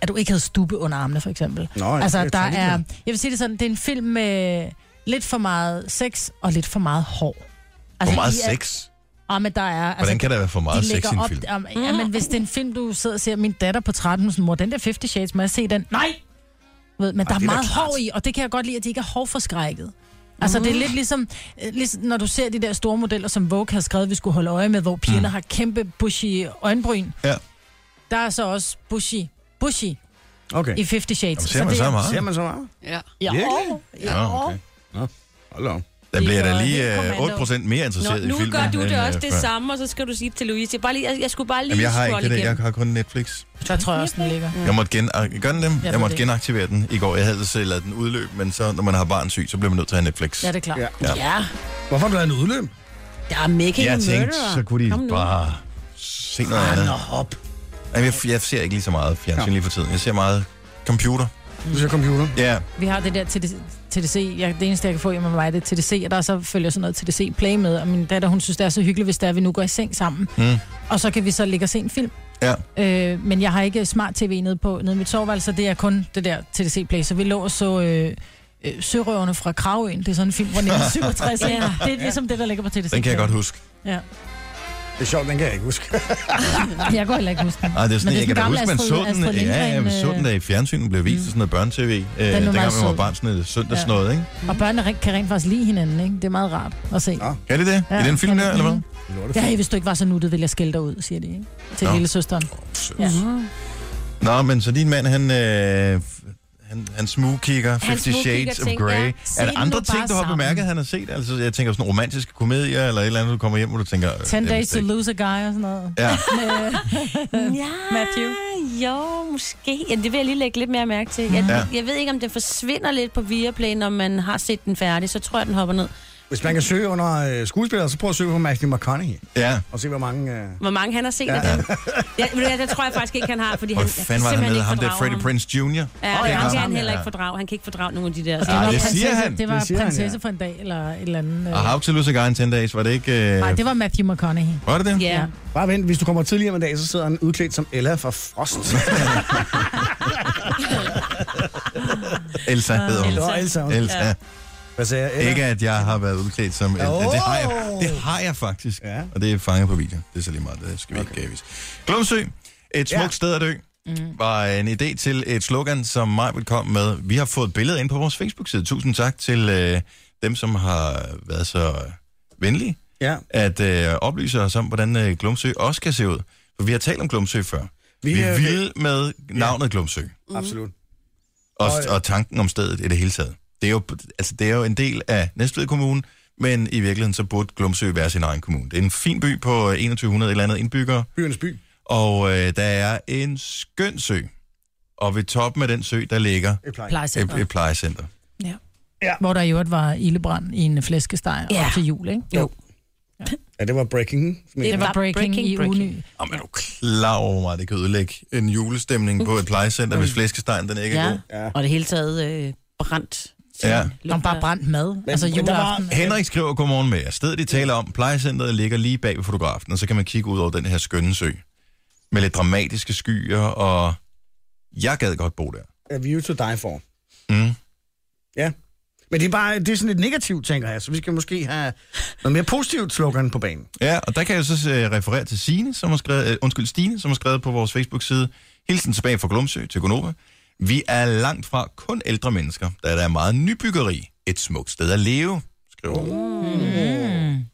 at du ikke havde stube under armene, for eksempel.
Nå, ja,
altså,
det er
der
fandme
er... Jeg
det.
vil sige det sådan, det er en film med lidt for meget sex og lidt for meget hår. Altså,
Hvor meget
i er-
altså,
sex?
Ja, men der er...
Hvordan kan der være for meget
de
sex i
lægger
en
op,
film?
Om, ja, men hvis det er en film, du sidder og ser, min datter på 13, hun er sådan, mor, den der 50 Shades, må jeg se den? Nej! Du Ved, men der er
det er da
meget
klart.
hår i, og det kan jeg godt lide, at de ikke er hårforskrækket. Altså, det er lidt ligesom, øh, ligesom, når du ser de der store modeller, som Vogue har skrevet, vi skulle holde øje med, hvor pigerne mm. har kæmpe bushy øjenbryn.
Ja.
Der er så også bushy, bushy
Okay.
i 50 Shades.
Jamen,
altså,
ser man
det
så
er-
meget?
Ser man så meget?
Ja.
Ja,
Virkelig?
ja,
Nå, okay.
Hold da op.
Der bliver
Det er
da
helt
lige øh,
kommando.
8% mere
Nå,
interesseret i
nu
filmen.
gør du
end,
det også
øh,
det
før.
samme, og så skal du sige til Louise, jeg, bare lige, jeg, jeg skulle bare lige
Jamen, jeg har ikke
scrolle
det der. Jeg
igennem.
har kun Netflix.
Der tror jeg også, den ligger.
Jeg måtte gen... ah, Gør den dem?
Mm. ved
Jeg måtte
det ikke.
genaktivere den i går. Jeg havde selv lavet den udløb, men så, når man har barn syg, så bliver man nødt til at have Netflix.
Ja, det er klart.
Ja.
Ja.
Ja,
Hvorfor har du lavet en udløb?
der er making
jeg
a
tænkte,
murderer.
så kunne de
Kom nu.
bare se noget andet.
op.
Jamen, jeg, jeg ser ikke lige så meget fjernsyn
Nå.
lige for tiden. Jeg ser meget computer. Mm,
Du ser computer.
Ja,
Vi har det der TDC, TDC jeg, det eneste, jeg kan få hjemme med mig, det er TDC, og der så følger sådan noget TDC Play med, og min datter, hun synes, det er så hyggeligt, hvis det er, at vi nu går i seng sammen,
Mm.
og så kan vi så ligge og se en film.
Ja.
Øh, men jeg har ikke smart-tv nede, på, nede i mit soveværelse, så det er kun det der TDC Play, så vi lå og så... Øh, øh, Sørøverne fra Kravøen, det er sådan en film fra 1967. ja. Det er ligesom det, der ligger på TDC.
den kan jeg godt huske.
Ja.
Det er sjovt, den kan jeg ikke huske.
Jeg kan heller ikke huske den.
Ej, det er sådan,
Men
det
det
er
er
jeg kan da
sådan
huske, man
gammel
så
Astrid-
den.
Astrid
Ja, ja, vi
Lindgren, øh,
så den der i fjernsynet blev vist, mm. sådan noget børne-tv. Øh, dengang
meget
man var
sød.
barn, sådan noget søndagsnød,
Ja.
noget, ikke?
Og børnene rent- kan rent faktisk lide hinanden, ikke? Det er meget rart at se.
Nå,
Kan det det? Ja, I den film
kan
der,
det.
eller hvad?
Mhm. Ja, hvis du ikke var så nuttet, ville jeg skælde dig ud, siger de, ikke? Til
Nå.
no. lille søsteren. Ja.
Nå, men så din mand, han... Øh, han, han smugkigger,
Han
50
smugkigger
Shades of
ting,
Grey.
ja.
Er
Se
der
det
andre
nu bare
ting, du har
sammen.
bemærket, han har set? Altså, jeg tænker sådan romantiske komedier, eller et eller andet, du kommer hjem, hvor du tænker... øh,
10
det
Days
vidste
to
jeg
Lose a Guy og sådan noget.
ikke. Ja,
Ja,
Matthew.
jo, måske. Ja, det vil jeg lige lægge lidt mere mærke til. Jeg,
Ja.
ja. jeg ved ikke, om den forsvinder lidt på Viaplay, når man har set den færdig. Så tror jeg, den hopper ned.
Hvis man kan søge under øh, skuespillere, så prøv at søge på Matthew McConaughey.
Ja.
Og se, hvor mange... Øh...
Hvor mange han har set
Ja.
ja. af dem. Ja, ved du hvad, det tror jeg faktisk ikke, han har, fordi
Hvor
han
fanden var det, han
simpelthen
hedder?
ikke
Ham der
fordrager
Freddie
ham.
Prince Jr.? Ja, Ah.
Ja, og han kan han heller
ja.
ikke fordrage. Han kan ikke fordrage nogen af de der...
det var det siger
prinsesse,
han.
Det var
Det siger han,
prinsesse
ja.
for en dag, eller et eller andet.
Og How to Lose a Guy in 10 Days, var det ikke... Øh...
Nej, det var Matthew McConaughey.
Var det det?
Ja.
Bare vent, hvis du kommer tidligere om dagen, så sidder han udklædt som Ella fra Frost.
Elsa hedder hun.
Nå, Elsa. undskyld.
Elsa.
Hvad sagde jeg? Ella?
Ikke at jeg har været udklædt som Elsa.
Åh!
Det, har jeg, det har jeg faktisk.
Ja.
Og det er fanget på video. Det er så lige meget. Det skal vi ikke gavis. Glumsø, et smukt
Ja. Mm.
sted at dø, var en idé til et slogan, som Majbet kom med. Vi har fået billeder ind på vores Facebook-side. Tusind tak til øh, dem, som har været så venlige
Ja.
at øh, oplyse os om, hvordan øh, Glumsø også kan se ud. For vi har talt om Glumsø før. Vi,
Vi,
vi
øh,
vil med navnet ja. Glumsø
Absolut.
og,
Og, øh,
og tanken om stedet i det hele taget. Det er jo, altså, det er jo en del af Næstved Kommune, men i virkeligheden så burde Glumsø være sin egen kommune. Det er en fin by på øh, 2100 et eller andet indbyggere,
Byernes by.
og øh, der er en skøn sø. Og ved toppen af den sø, der ligger
Et pleje.
et,
Plejecenter.
et plejecenter.
Hvor der i øvrigt var ildebrand i en flæskesteg ja.
Ja.
op til jul, ikke?
Jo.
Ja, det var breaking.
Det var breaking, breaking i
breaking.
Uny.
Og man er jo klar over, hvor meget det kan ødelægge en julestemning på et plejecenter, hvis flæskestegen den ikke er god.
Ja. Og det hele taget øh, brændt.
Ja.
Nå, bare brændt mad. altså
men der var-
juleaften.
Henrik skriver, godmorgen med jer. Stedet, de taler om, plejecenteret ligger lige bag ved fotografen, og så kan man kigge ud over den her skønne sø. Med lidt dramatiske skyer, og jeg gad godt bo der.
A view to die for.
Mm.
Ja. Men det er bare det er sådan lidt negativt, tænker jeg. Så vi skal måske have noget mere positivt slogan på banen.
Ja, og der kan jeg så øh, referere til Signe, som har skrevet, øh, undskyld, Stine, som har skrevet på vores Facebook-side, Hilsen tilbage fra Glumsø til Gonova. Vi er langt fra kun ældre mennesker, da der er meget nybyggeri. Et smukt sted at leve, skriver
Mm.
hun.
Kan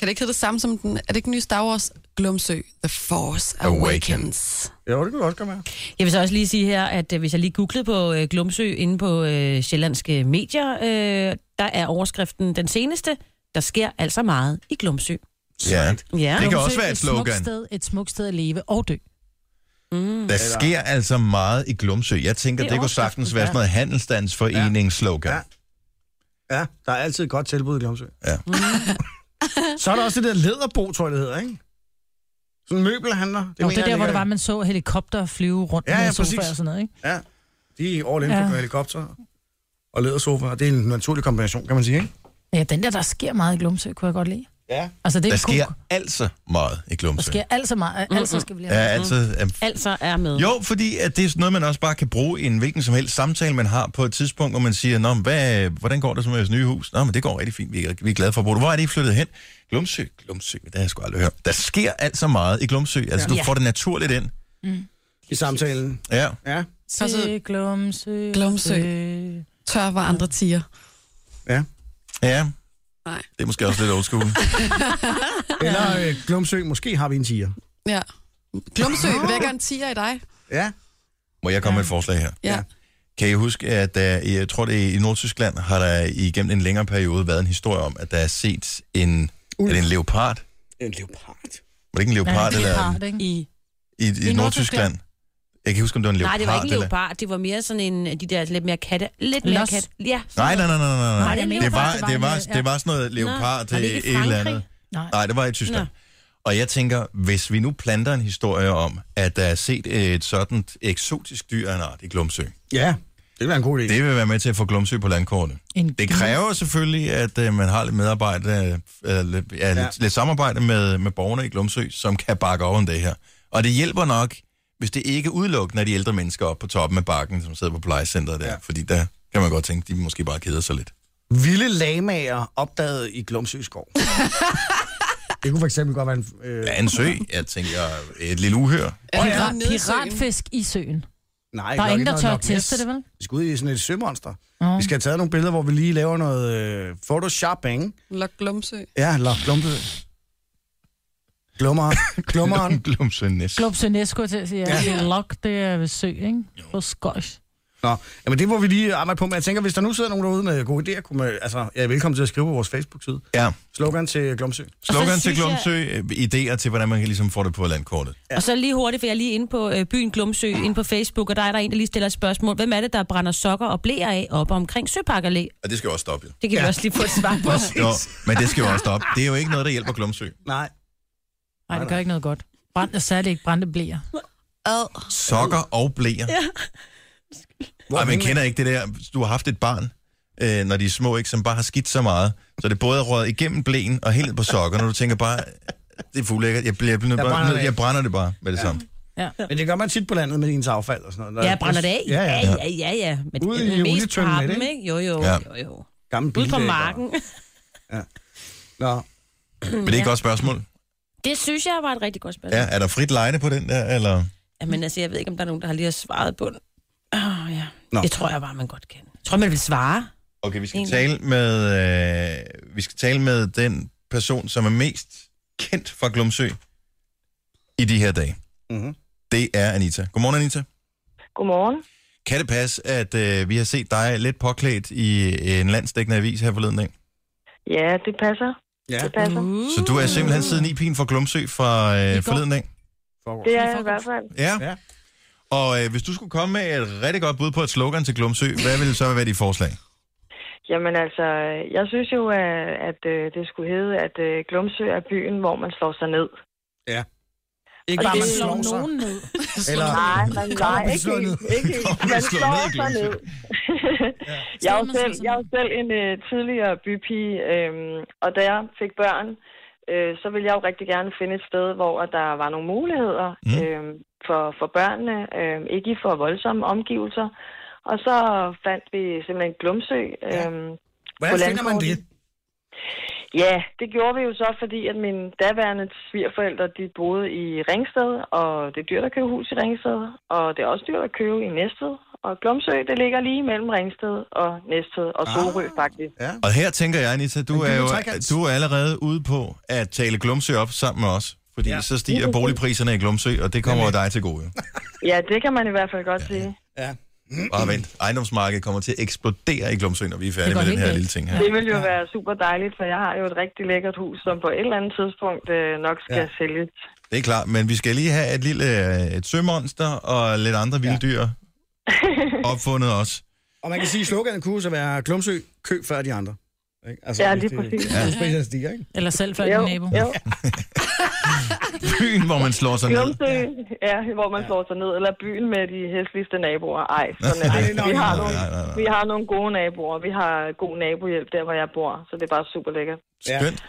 det ikke hedde det samme som den... Er det ikke den nye Star Wars? Glumsø. The Force
Awakens.
Awakens.
Jo, det kunne også godt være.
Jeg vil så også lige sige her, at øh, hvis jeg lige googlede på øh, Glumsø inde på øh, sjællandske medier, øh, der er overskriften den seneste. Der sker altså meget i Glumsø.
Ja.
Ja.
Det kan
Glumsø,
også være et slogan.
Smukt sted, et smukt sted at leve og dø.
Der sker altså meget i Glumsø. Jeg tænker,
Det
det, det kunne
er overskriften,
sagtens være sådan noget handelsstandsforening-slogan.
Ja. Ja, der er altid et godt tilbud i Glomsø.
Ja.
Så er der også det der læderbo, tror jeg, det hedder, ikke? Sådan en møbelhandler. Det,
Det,
mener
det er
jeg
der, hvor det
ligger-
var, man så helikopter flyve rundt
Ja, ja,
med sofaer
præcis.
og sådan noget, ikke?
Ja, de er all in ja.
Ja.
på helikopter og lædersofa. Det er en naturlig kombination, kan man sige, ikke?
Ja, den der, der sker meget i Glumsø, kunne jeg godt lide.
Ja.
Altså, det er
Der
en
sker
kuk.
altså meget i
Der
Glumsø.
sker alt så meget. Alt så skal vi lige
Ja,
have.
altså, ja.
Altså er med.
Jo, fordi at det er sådan noget, man også bare kan bruge i en hvilken som helst samtale, man har på et tidspunkt, hvor man siger, Nå, men hvad, hvordan går det så med jeres nye hus? Nå, men det går rigtig fint, vi er, vi er glade for at bruge det. Hvor er det, I flyttet hen? Glumsø, Glumsø, det har jeg sgu aldrig hørt. Der sker altså meget i Glumsø, altså ja. du får det naturligt ind.
I samtalen.
Ja.
Ja,
Til Glumsø.
Glumsø. Tør var andre tiger.
ja.
Ja.
Nej.
Det er måske også lidt old school.
Eller øh, Glumsø, måske har vi en tiger.
Ja. Glumsø vækker en tiger i dig.
Ja.
Må jeg komme med et forslag her?
Ja.
Kan I huske, at der, jeg tror det er i Nordtyskland, har der igennem en længere periode været en historie om, at der er set en, er det en leopard?
En leopard.
Var det ikke en leopard?
Ja,
eller,
leopard, ikke?
I...
I, i, I Nordtyskland?
Nordtyskland?
Jeg kan ikke huske, om det var en leopard.
Nej, det var ikke en
eller-
leopard. Det var mere sådan en, de der lidt mere katte. Lidt mere
Los.
kat. Ja.
Nej, nej, nej, nej, nej, nej.
Nej, det er en
det, var,
leopard,
det, var,
en-
det var sådan noget leopard
var
til
det ikke i
et eller andet.
Frankrig?
Nej.
Nej, det var i Tyskland. Og jeg tænker, hvis vi nu planter en historie om, at der er set et sådan eksotisk dyr af en art i Glumsø,
Ja, det vil være en god idé.
det vil være med til at få Glumsø på landkortet.
En
Det kræver selvfølgelig, at øh, man har lidt medarbejde, øh, lidt, ja, lidt, lidt samarbejde med, med borgerne i Glumsø, som kan bakke over om det her. Og det hjælper nok, hvis det ikke udelukkende er de ældre mennesker oppe på toppen af bakken, som sidder på plejecenteret der. Ja. Fordi der kan man godt tænke, de måske bare keder sig lidt.
Vilde lamager opdaget i Glumsø skov. det kunne for eksempel godt være en... Øh,
Ja, en sø, jeg tænker, et lille uhør.
Er det
Pirat,
nede i søen?
piratfisk i søen.
nej,
Der er
nok
ingen, der
ikke
tør
nok
teste
yes.
det, vel?
Vi skal ud i sådan et sømonster.
Nå.
Vi skal have taget nogle billeder, hvor vi lige laver noget øh, Photoshop, ikke?
Lok Glumsø.
Ja, lad glumpe. Glummer. Glummeren.
Glumsø næs.
Glumsø Næs, skulle jeg til at sige. Ja. Lok, det er ved sø, ikke? På skøjs.
Nå, jamen det må vi lige arbejde på. Men jeg tænker, hvis der nu sidder nogen derude med gode idéer, kunne man, altså, jeg er velkommen til at skrive på vores Facebook-side.
Ja.
Slogan til Glomsø.
Slogan til Glumsø, øh, idéer til, hvordan man kan ligesom få det på landkortet.
Ja. Og så lige hurtigt, for jeg er lige inde på øh, byen Glumsø, inde på Facebook, og der er der en, der lige stiller et spørgsmål. Hvem er det, der brænder sokker og blæer af op omkring Søparkerlæ?
Og det skal jo også stoppe, jo.
Det kan ja. vi også lige få et svar på.
Jo, men det skal jo også stoppe. Det er jo ikke noget, der hjælper Glumsø.
Nej.
Nej, det gør ikke noget godt. Brændte særligt ikke brændte blæer.
Ad.
Sokker og blæer.
Ja.
Ej, man kender ikke det der, du har haft et barn, øh, når de er små, ikke, som bare har skidt så meget. Så det både er røget igennem blæen og helt ned på sokkerne, og du tænker bare, det er fuldlækkert, jeg, bliver, jeg, bliver, jeg,
brænder det
brænder,
af.
jeg brænder det bare med det samme.
Ja.
Men det gør man tit på landet med ens affald og sådan noget.
Ja, brænder det af?
Ja, ja.
ja, ja. ja. Men
Ude
Ude
i
i mest
olietønden
par
lidt,
dem,
ikke?
ikke? Jo, jo,
Ja.
jo, jo.
Gammel
Ude på
bildæk og-
marken.
Nå,
Men det er et godt spørgsmål.
Det synes jeg var et rigtig godt spørgsmål.
Ja,
Ja.
er der frit lejde på den der, eller?
Jamen altså, jeg ved ikke, om der er nogen, der har lige har svaret på den. Åh, oh, ja.
Nå.
Nå. Det tror jeg bare, man godt kan. Jeg tror, man vil svare.
Okay, vi skal
Egentlig.
tale med, øh, vi skal tale med den person, som er mest kendt fra Glumsø i de her dage.
Mhm.
Det er Anita. Godmorgen, Anita.
Godmorgen.
Kan det passe, at øh, vi har set dig lidt påklædt i øh, en landsdækkende avis her forleden dag?
Ja, det passer.
Ja.
Det passer.
Uh.
Så du er simpelthen siden i pin for Glumsø fra øh, forleden dag?
foregår.
Det er jeg i hvert fald.
Ja.
Ja.
Og øh, hvis du skulle komme med et rigtig godt bud på et slogan til Glumsø, hvad ville så være dit forslag?
Jamen altså, jeg synes jo, at, at øh, det skulle hedde, at øh, Glumsø er byen, hvor man slår sig ned.
Ikke
Og
bare,
det
man
slår
slår sig.
nogen ned.
Eller,
Nej, man,
Kommer
nej,
man
ikke,
slå ned?
helt, ikke helt.
Kommer man
Man
slå
slår
ned i
sig
Glumsø?
ned. jeg er jo selv, jeg er jo selv en øh, tidligere bypige, øhm, og da jeg fik børn, øh, så ville jeg jo rigtig gerne finde et sted, hvor at der var nogle muligheder
Mm.
øhm, for, for børnene, øhm, ikke i for voldsomme omgivelser. Og så fandt vi simpelthen Glumsø. Øhm,
Hvordan
På
finder man det?
landkortet. Ja, det gjorde vi jo så, fordi at mine daværende svigerforældre, de boede i Ringsted, og det er dyrt at købe hus i Ringsted, og det er også dyrt at købe i Næstved. Og Glumsø, det ligger lige mellem Ringsted og Næstved og Sorø, ah. faktisk.
Ja.
Og her tænker jeg, Anita, du
Men
er
du
jo
er trekant.
du er allerede ude på at tale Glumsø op sammen med os. Fordi
Ja.
ja. så stiger boligpriserne i Glumsø, og det kommer jo dig til gode. jo.
Ja, det kan man i hvert fald godt ja. sige.
ja.
Bare vent. Ejendomsmarkedet kommer til at eksplodere i Glumsø, når vi er
Det
færdige
går
med den
helt
her
galt.
lille ting her.
Det vil jo være super dejligt, for jeg har jo et rigtig lækkert hus, som på et eller andet tidspunkt øh, nok skal ja. sælges.
Det er klart, men vi skal lige have et lille øh, et sømonster og lidt andre vilde dyr opfundet også.
Og man kan sige, at sloganet kunne så være Glumsø, køb før de andre. Ikke? Altså,
Ja,
hvis
lige
det-
præcis.
hvis Priserne stiger, ikke?
Eller selv før din nabo.
jo.
Byen, hvor man slår sig ned.
Glumsø, ja, hvor man slår sig ned, eller byen med de hæsligste naboer. Ej, sådan er
Ej,
det.
det er nok
Vi har,
ikke.
nogle,
Nej, nej, nej.
vi har nogle gode naboer. Vi har god nabohjælp der, hvor jeg bor, så det er bare super lækkert.
Ja.
Skønt.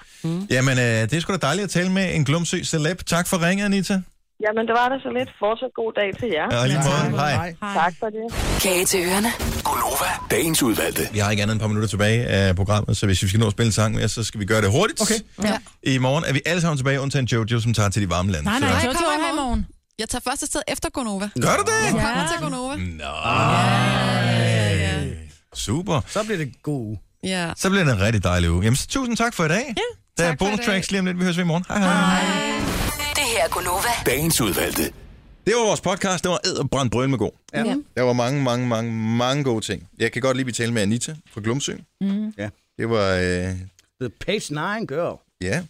Jamen, øh, det er sgu da dejligt at tale med en Glumsø celeb. Tak for ringet, Anita.
Jamen, det var da så lidt. Fortsat god dag til jer.
Ja, og i lige måde. Hej.
Tak for det.
Kage til ørerne.
Gonova, dagens udvalgte.
Vi har ikke andet end et par minutter tilbage af programmet, så hvis vi skal nå at spille en sang mere, så skal vi gøre det hurtigt. Okay.
Ja.
I morgen er vi alle sammen tilbage, undtagen Jojo, som tager til de varme lande.
Nej, nej,
Så-
jeg
kommer
kommer i
i
morgen.
Jeg tager først afsted efter Gonova.
Gør du det?
Jeg kommer til Gonova.
Nå. Super.
Så bliver det god uge.
Ja.
Så bliver det en rigtig dejlig uge. Jamen, så tusind tak for i dag. Ja, Der er
tak for i
bonus
dag.
tracks lige om lidt. Vi høres ved i morgen. Hej, hej. hej.
Det her er Gunova.
Dagens udvalgte.
Det var vores podcast. Det var Ed og Brand Brøl med god.
Ja. Ja.
Der var mange, mange, mange, mange gode ting. Jeg kan godt lide, at vi talte med Anita fra Glumsø. Mm.
Ja.
Det var, øh,
The page 9 girl.
Ja.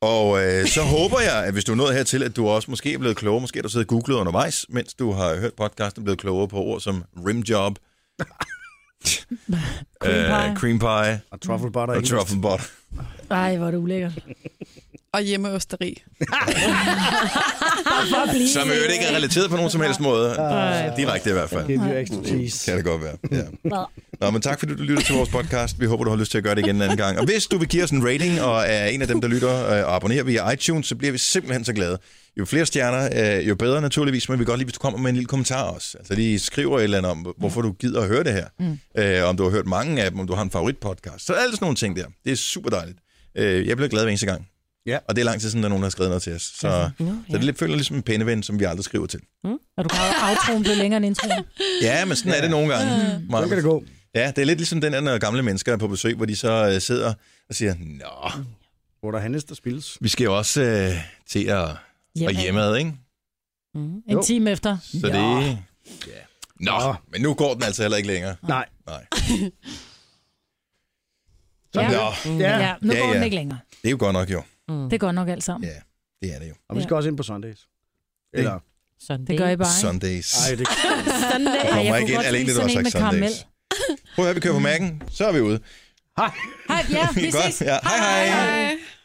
Og øh, så håber jeg, at hvis du er nået hertil, at du også måske er blevet klogere, måske har du siddet og googlet undervejs, mens du har hørt podcasten, blevet klogere på ord som rimjob,
Cream
øh, cream pie
Og truffle butter.
og
ikke?
truffle butter.
Ej, hvor er det ulækkert.
Og hjemmeøsteri.
Som i øvrigt ikke er relateret på nogen som helst måde. Direkte i hvert fald.
Det er ny ekstra cheese.
Kan det godt være. Ja. Nå, men tak fordi du lytter til vores podcast. Vi håber, du har lyst til at gøre det igen en anden gang. Og hvis du vil give os en rating og er en af dem, der lytter øh, og abonnerer via iTunes, så bliver vi simpelthen så glade. Jo flere stjerner, øh, jo bedre naturligvis, men vi kan godt lide, hvis du kommer med en lille kommentar også. Altså lige skriver et eller andet om, hvorfor du gider at høre det her. Mm. Om du har hørt mange af dem, om du har en favoritpodcast. Så alle sådan nogle ting der. Det er super dejligt. Øh, Jeg bliver glad hver eneste gang.
Ja.
Og det er lang tid siden, der er nogen, der har skrevet noget til os. Så, mm, yeah. så det lidt- føler ligesom en penneven, som vi aldrig skriver til.
Er du klar over, at outroen blev længere end introen?
Ja, men sådan er det nogle gange.
Så kan
Maja.
det gå.
Ja, det er lidt ligesom den der, når gamle mennesker er på besøg, hvor de så øh, sidder og siger, Nå,
Hvor der handles, der spilles.
vi skal jo også øh, til at, at hjemad, ikke?
Mhm.
En time efter.
Så det... Ja. Nå, Nå, men nu går den altså heller ikke længere.
Nej.
Nej.
Ja.
Nå.
Ja. ja, nu går den ikke længere.
Det er jo godt nok, jo.
Mm. Det går nok alt sammen.
Ja, det er det jo.
Og vi skal også ind på Sundays. Eller...
Sundays. Det gør I bare ikke.
Sundays.
Ej, det...
Sunday.
Jeg kommer ikke ind, alene det, du har sagt Sundays. Prøv at høre, vi kører på mærken, så er vi ude.
Hej.
Hej, ja, vi
Godt,
ses.
ja. Hej, hej.
Hej.